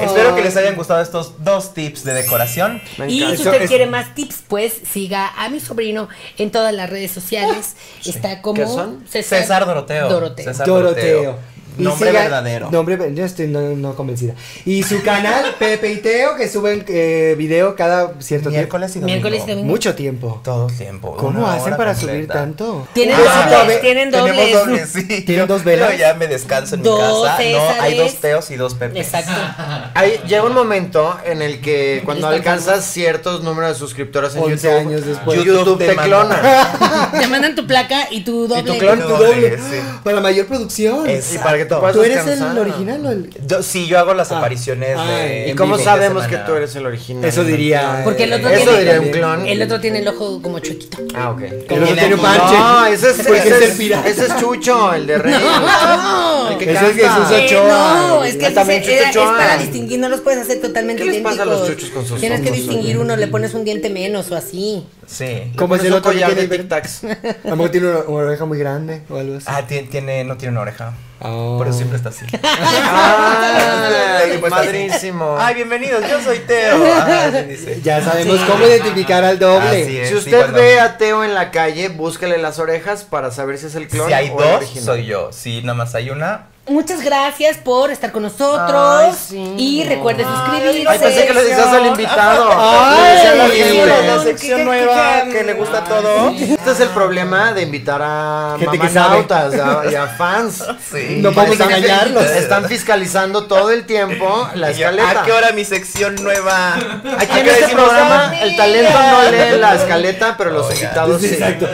Speaker 3: Espero que les hayan gustado estos dos tips de decoración.
Speaker 4: Me
Speaker 1: Y
Speaker 4: encanta.
Speaker 1: si usted quiere más tips, pues siga a mi sobrino en todas las redes sociales. Está como
Speaker 4: ¿Qué son?
Speaker 3: César Doroteo.
Speaker 1: Doroteo.
Speaker 3: César
Speaker 2: Doroteo. Y
Speaker 3: Nombre
Speaker 2: siga-
Speaker 3: verdadero.
Speaker 2: Nombre, ver- yo estoy no, no convencida. Y su canal, Pepe y Teo, que suben eh, video cada cierto
Speaker 3: Miércoles y domingo.
Speaker 1: Miércoles y
Speaker 2: tiempo.
Speaker 1: domingo.
Speaker 2: Mucho tiempo.
Speaker 3: Todo el tiempo.
Speaker 2: ¿Cómo
Speaker 3: una
Speaker 2: hacen
Speaker 3: hora
Speaker 2: para
Speaker 3: completa.
Speaker 2: subir tanto?
Speaker 1: Tienen
Speaker 2: Ah,
Speaker 1: dobles,
Speaker 2: ve-
Speaker 1: tienen dobles.
Speaker 3: Tenemos dobles, sí.
Speaker 2: ¿Tienen
Speaker 3: Yo-
Speaker 2: dos velas?
Speaker 3: Yo ya me descanso en
Speaker 1: Dos
Speaker 3: mi casa. No, hay
Speaker 1: Césares.
Speaker 3: dos teos y dos pepes.
Speaker 1: Exacto.
Speaker 4: Ahí llega un momento en el que cuando
Speaker 1: Están
Speaker 4: alcanzas ciertos números de suscriptores en
Speaker 2: 11
Speaker 4: YouTube,
Speaker 2: años después.
Speaker 4: YouTube,
Speaker 3: YouTube
Speaker 4: te,
Speaker 3: te manda.
Speaker 4: clona.
Speaker 1: Te mandan tu placa y tu doble.
Speaker 4: tu clon.
Speaker 2: Tu
Speaker 3: Doble,
Speaker 2: doble.
Speaker 3: sí.
Speaker 2: Para mayor producción.
Speaker 3: Es-
Speaker 4: y para que tú puedas
Speaker 2: ¿Tú eres
Speaker 4: descansar.
Speaker 2: el original o el.?
Speaker 3: Yo- sí, yo hago las apariciones
Speaker 2: Ah,
Speaker 3: de.
Speaker 2: ¿y
Speaker 4: ¿Y
Speaker 3: en
Speaker 4: cómo
Speaker 3: vivo
Speaker 4: sabemos
Speaker 3: de
Speaker 4: que
Speaker 3: semana.
Speaker 4: tú eres el original? Ah,
Speaker 2: Eso diría.
Speaker 1: Porque el otro
Speaker 4: Eso
Speaker 1: tiene-
Speaker 4: diría un clon.
Speaker 1: El otro tiene el ojo como chuequito.
Speaker 4: Ah, ok.
Speaker 2: ¿eh? El otro tiene un parche.
Speaker 4: No, ese es,
Speaker 2: Porque
Speaker 4: ese
Speaker 2: es el
Speaker 4: es-
Speaker 2: pirata.
Speaker 4: ese es Chucho, el de Rey.
Speaker 1: No.
Speaker 4: El que
Speaker 2: Ese es
Speaker 4: canta.
Speaker 2: Jesús
Speaker 1: Eh,
Speaker 2: Ochoa.
Speaker 1: no, es que
Speaker 4: Ah, también
Speaker 1: dice,
Speaker 4: Chucho
Speaker 1: era- es
Speaker 4: Ochoa.
Speaker 1: para distinguir, no los puedes hacer totalmente
Speaker 4: ¿Qué les pasa a los
Speaker 1: idénticos.
Speaker 4: chuchos con sus
Speaker 1: Tienes que
Speaker 4: ojos?
Speaker 1: distinguir uno, le pones un diente menos o así.
Speaker 3: Sí.
Speaker 2: Como es
Speaker 4: Pones
Speaker 2: el
Speaker 4: un
Speaker 2: otro que
Speaker 4: collar
Speaker 2: tiene-
Speaker 4: de Tic Tacs.
Speaker 2: A lo mejor tiene una, una oreja muy grande o algo así.
Speaker 3: Ah, tiene, tiene- no tiene una oreja.
Speaker 2: Oh.
Speaker 3: Pero siempre está así.
Speaker 4: Ah,
Speaker 3: Y pues está así.
Speaker 4: madrísimo.
Speaker 3: Ay, bienvenidos, yo soy Teo. Ah, así dice.
Speaker 2: Ya sabemos cómo identificar al doble.
Speaker 3: Así es,
Speaker 4: Si
Speaker 3: sí,
Speaker 4: usted
Speaker 3: cuando-
Speaker 4: ve a Teo en la calle, búsquele las orejas para saber si es el clon
Speaker 3: Si hay
Speaker 4: o el
Speaker 3: dos,
Speaker 4: original.
Speaker 3: soy yo. Si nada más hay una.
Speaker 1: Muchas gracias por estar con nosotros.
Speaker 4: Ay, sí.
Speaker 1: Y recuerde suscribirse.
Speaker 4: Ay, pensé que le decías al invitado.
Speaker 2: Ay,
Speaker 4: Le decía a la
Speaker 2: sí,
Speaker 4: gente.
Speaker 2: la
Speaker 1: sección nueva que le gusta todo.
Speaker 4: Este es el problema de invitar a
Speaker 2: Gente que
Speaker 4: mamanautas a- y a fans.
Speaker 3: Sí.
Speaker 2: No podemos
Speaker 4: Están-
Speaker 2: engañarlos.
Speaker 4: Están fiscalizando todo el tiempo la
Speaker 3: Y yo,
Speaker 4: escaleta.
Speaker 3: ¿A qué hora mi sección nueva?
Speaker 4: Aquí en este programa el talento no lee la escaleta, pero los
Speaker 3: Oiga.
Speaker 4: invitados sí.
Speaker 2: Exacto.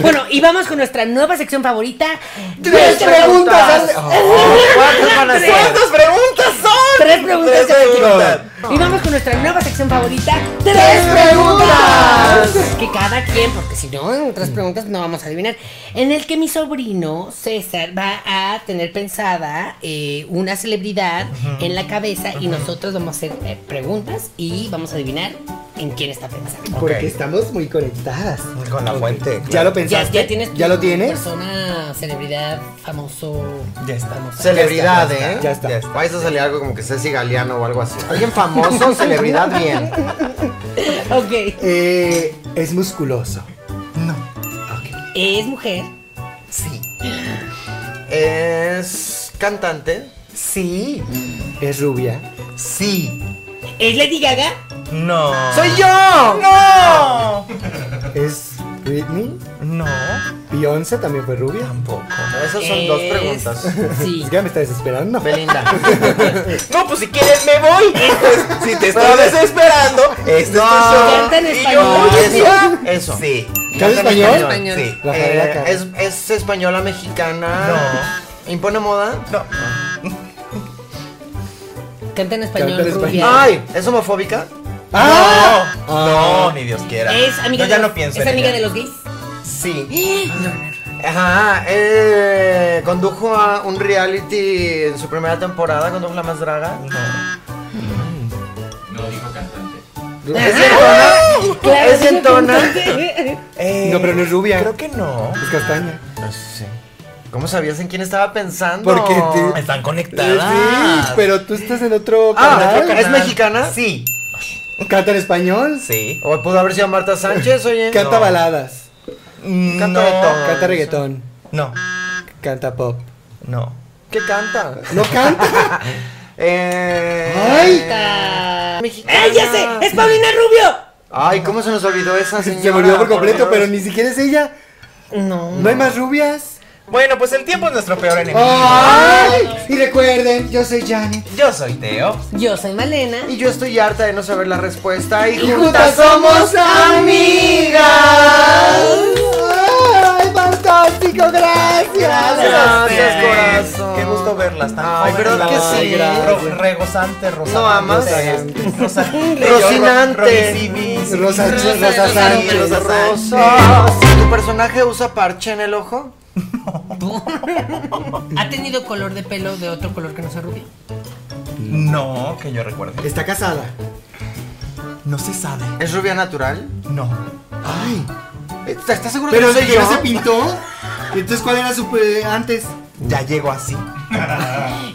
Speaker 1: Bueno, y vamos con nuestra nueva sección favorita.
Speaker 4: Tres preguntas. Oh, ¿Cuántas van a ser?
Speaker 1: ¿Cuántas
Speaker 4: preguntas son?
Speaker 1: Tres preguntas.
Speaker 3: Tres
Speaker 1: cada quien.
Speaker 3: preguntas.
Speaker 1: Y vamos con nuestra nueva sección favorita. Tres,
Speaker 4: preguntas.
Speaker 1: Que cada quien, porque si no, en tres preguntas no vamos a adivinar. En el que mi sobrino César va a tener pensada eh, una celebridad en la cabeza y nosotros vamos a hacer eh, preguntas y vamos a adivinar en quién está pensando.
Speaker 2: Porque
Speaker 3: Ok.
Speaker 2: estamos muy conectadas.
Speaker 3: Con la fuente.
Speaker 2: ¿Ya lo
Speaker 1: Ya,
Speaker 2: pensaste?
Speaker 1: ya tienes.
Speaker 2: ¿Ya
Speaker 1: tu
Speaker 2: lo tienes?
Speaker 1: Persona, celebridad, famoso.
Speaker 3: Ya está.
Speaker 1: famosa.
Speaker 4: Celebridad, ¿eh?
Speaker 2: Ya está.
Speaker 4: Vais a salir algo como que Ceci Galeano o algo así. Alguien famoso, celebridad, bien.
Speaker 1: Ok.
Speaker 2: Eh, es musculoso.
Speaker 1: Es mujer.
Speaker 3: Sí.
Speaker 4: Es cantante.
Speaker 3: Sí.
Speaker 2: Es rubia.
Speaker 3: Sí.
Speaker 1: ¿Es Lady Gaga?
Speaker 3: No.
Speaker 4: ¡Soy yo!
Speaker 3: No.
Speaker 2: ¿Es Britney?
Speaker 3: No.
Speaker 2: ¿Beyoncé también fue rubia?
Speaker 3: Tampoco.
Speaker 4: Esas son dos
Speaker 1: Es-
Speaker 4: preguntas.
Speaker 1: Sí.
Speaker 2: Es que ya me está desesperando.
Speaker 4: Belinda.
Speaker 3: No, pues si quieres me voy. si te
Speaker 4: Pero a
Speaker 3: estás
Speaker 4: ver.
Speaker 3: desesperando, este
Speaker 1: Canta en
Speaker 3: es tu show. Y
Speaker 1: español.
Speaker 3: yo voy a
Speaker 4: Eso.
Speaker 3: estar-
Speaker 4: eso.
Speaker 3: Sí.
Speaker 2: ¿Canta español?
Speaker 1: español.
Speaker 3: Sí.
Speaker 2: Rafael
Speaker 4: Eh,
Speaker 2: Acá.
Speaker 4: es, es española mexicana. ¿Impone moda?
Speaker 3: No.
Speaker 1: Canta en español,
Speaker 2: Canta en español.
Speaker 1: rubia.
Speaker 4: Ay, ¿es homofóbica?
Speaker 2: ¡Ah!
Speaker 3: No, no, ni Dios quiera.
Speaker 1: Es amiga,
Speaker 3: Yo ya
Speaker 1: de, los,
Speaker 3: no pienso
Speaker 1: ¿es
Speaker 3: en
Speaker 1: amiga
Speaker 3: ella.
Speaker 1: de los gays.
Speaker 3: Sí.
Speaker 1: No.
Speaker 4: Ajá, eh, condujo a un reality en su primera temporada, condujo la más draga.
Speaker 6: No dijo cantante.
Speaker 4: ¿Es entona?
Speaker 1: Claro,
Speaker 4: ¿Es entona?
Speaker 1: cantante.
Speaker 3: Eh,
Speaker 2: No, pero no es rubia.
Speaker 3: Creo que no.
Speaker 2: Es castaña.
Speaker 4: No sé. ¿Cómo sabías en quién estaba pensando?
Speaker 2: Porque te-
Speaker 3: Están
Speaker 2: Sí,
Speaker 3: conectadas.
Speaker 2: pero tú estás en otro
Speaker 4: Ah,
Speaker 2: canal.
Speaker 4: ¿es mexicana?
Speaker 3: Sí.
Speaker 2: Canta en español.
Speaker 3: Sí.
Speaker 4: O pudo haber sido Marta Sánchez, oye.
Speaker 2: Canta
Speaker 3: No.
Speaker 2: baladas.
Speaker 3: Canta
Speaker 4: de todo.
Speaker 2: Canta reggaetón.
Speaker 3: No.
Speaker 2: Canta pop.
Speaker 3: No.
Speaker 4: ¿Qué canta?
Speaker 2: No canta.
Speaker 4: Eh.
Speaker 2: Ay.
Speaker 1: Esta-
Speaker 4: Mexicana.
Speaker 1: ¡Ay, ya sé! ¡Es Paulina Rubio!
Speaker 4: Ay, ¿cómo se nos olvidó esa señora?
Speaker 2: Se volvió por completo,
Speaker 4: Dios.
Speaker 2: pero ni siquiera es ella.
Speaker 1: No.
Speaker 2: No hay más rubias.
Speaker 3: Bueno, pues el tiempo es nuestro peor enemigo.
Speaker 2: Ah. ¡Ay! Y recuerden, yo soy Janet.
Speaker 3: Yo soy Teo.
Speaker 1: Yo soy Malena.
Speaker 4: Y yo estoy harta de no saber la respuesta. Y,
Speaker 2: Y
Speaker 4: juntas somos amigas.
Speaker 2: ¡Ay, fantástico! ¡Gracias!
Speaker 4: Gracias,
Speaker 3: Ustedes.
Speaker 4: corazón.
Speaker 3: Qué gusto verlas tan
Speaker 4: Ay,
Speaker 3: jóvenes,
Speaker 4: ¿verdad
Speaker 3: la
Speaker 4: que
Speaker 3: verdad.
Speaker 4: sí?
Speaker 3: Ro- regozante, rosante.
Speaker 4: No amas.
Speaker 3: Rosinante.
Speaker 4: Rocinante.
Speaker 2: Rosa, Rosa,
Speaker 1: Rosa
Speaker 2: Sánchez.
Speaker 3: Rosa Sánchez.
Speaker 4: Rosas. ¿Tu personaje usa parche en el ojo?
Speaker 1: ¿Ha tenido color de pelo de otro color que no sea rubio?
Speaker 3: No, que yo recuerde.
Speaker 2: Está casada.
Speaker 3: No se sabe.
Speaker 4: ¿Es rubia natural?
Speaker 3: No.
Speaker 2: ¡Ay!
Speaker 4: ¿Estás estás seguro
Speaker 2: ¿Pero
Speaker 4: que
Speaker 2: de
Speaker 4: soy
Speaker 2: que
Speaker 4: yo?
Speaker 2: no se pintó? Entonces, ¿cuál era su eh, antes?
Speaker 3: Ya llego así.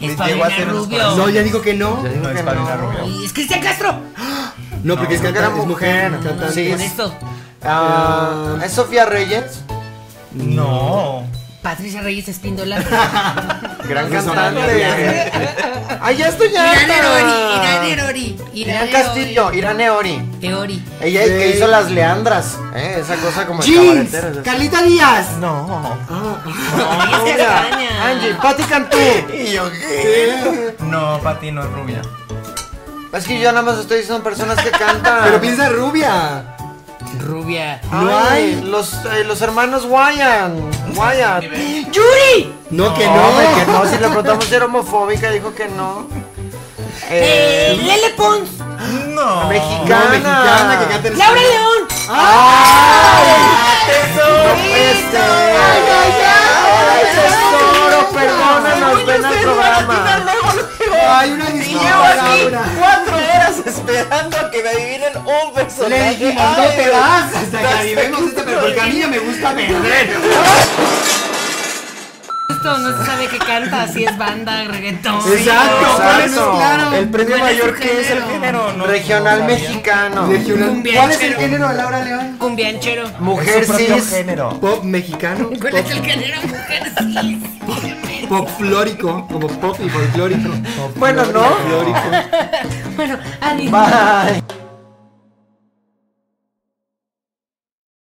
Speaker 1: ¡Es
Speaker 3: Llegó a
Speaker 1: Paulina
Speaker 3: hacer unos
Speaker 1: Rubio!
Speaker 2: No, ya digo que no.
Speaker 3: No es
Speaker 4: que
Speaker 3: Paulina
Speaker 4: no.
Speaker 3: Rubio.
Speaker 1: ¡Y ¡Es Cristian Castro!
Speaker 2: No, porque es,
Speaker 4: creo que
Speaker 2: cantante,
Speaker 4: era
Speaker 2: es mujer.
Speaker 4: mujer.
Speaker 2: cantante.
Speaker 4: Sí.
Speaker 1: Con esto,
Speaker 4: Ah, ¿Es Sofía Reyes?
Speaker 3: No.
Speaker 1: Patricia Reyes Espíndola.
Speaker 4: Gran
Speaker 2: Eso
Speaker 4: cantante. Ay, ya estoy harta.
Speaker 1: Irán Erori, Irán Erori,
Speaker 4: Irán
Speaker 1: Irán
Speaker 4: Castillo, Irán Eori.
Speaker 1: Teori.
Speaker 4: Ella es que
Speaker 2: Sí.
Speaker 4: hizo las leandras, ¿eh? Esa cosa como de
Speaker 2: ¡Jeans!
Speaker 4: cabareteras.
Speaker 2: ¡Carlita Díaz!
Speaker 3: No.
Speaker 1: Ay, es
Speaker 4: Ah, Mira,
Speaker 1: castaña.
Speaker 4: Angie, Pati Cantú.
Speaker 3: ¿Y yo qué? No, Pati no es rubia.
Speaker 4: Es que yo nada más estoy diciendo personas que cantan.
Speaker 2: Pero piensa rubia.
Speaker 1: Rubia.
Speaker 4: No hay. Los, eh, los hermanos Wayan. Wayan.
Speaker 1: ¡Yuri!
Speaker 2: No, que
Speaker 4: No,
Speaker 2: no.
Speaker 4: hombre, que no. Si le preguntamos si era homofóbica, dijo que no.
Speaker 1: Eh,
Speaker 4: Eh,
Speaker 1: Lele Pons.
Speaker 3: No.
Speaker 4: mexicana.
Speaker 2: No, mexicana que canta en
Speaker 1: Laura León.
Speaker 2: español.
Speaker 4: Este. Ay, tesoro, perdónanos, ven al programa.
Speaker 2: Ay, una disculpa, Laura.
Speaker 3: Cuatro horas esperando a que me adivinen un personaje.
Speaker 2: Le dijimos,
Speaker 3: Ay,
Speaker 2: no te
Speaker 3: Dios.
Speaker 2: vas hasta que avivemos este, pero porque a mí no me gusta perder.
Speaker 1: Esto no se sabe qué canta, si es banda, reggaetón.
Speaker 2: Exacto, ¿cuál es
Speaker 4: exacto.
Speaker 2: claro?
Speaker 3: El premio
Speaker 1: ¿Cuál es
Speaker 3: mayor
Speaker 1: el
Speaker 3: que es el
Speaker 1: género?
Speaker 3: género, no.
Speaker 4: Regional
Speaker 3: no sabía.
Speaker 4: mexicano.
Speaker 2: Regional.
Speaker 1: Cumbia,
Speaker 2: ¿Cuál es el
Speaker 1: chero.
Speaker 2: género de Laura León?
Speaker 1: Cumbianchero.
Speaker 4: Mujer
Speaker 3: Es su propio
Speaker 4: cis.
Speaker 3: género.
Speaker 2: Pop mexicano.
Speaker 1: ¿Cuál
Speaker 2: pop-
Speaker 1: es el género mujer cis?
Speaker 2: Pop flórico, como pop y folclórico.
Speaker 4: Bueno, ¿no?
Speaker 2: Flórico.
Speaker 1: Bueno, adiós.
Speaker 4: Bye.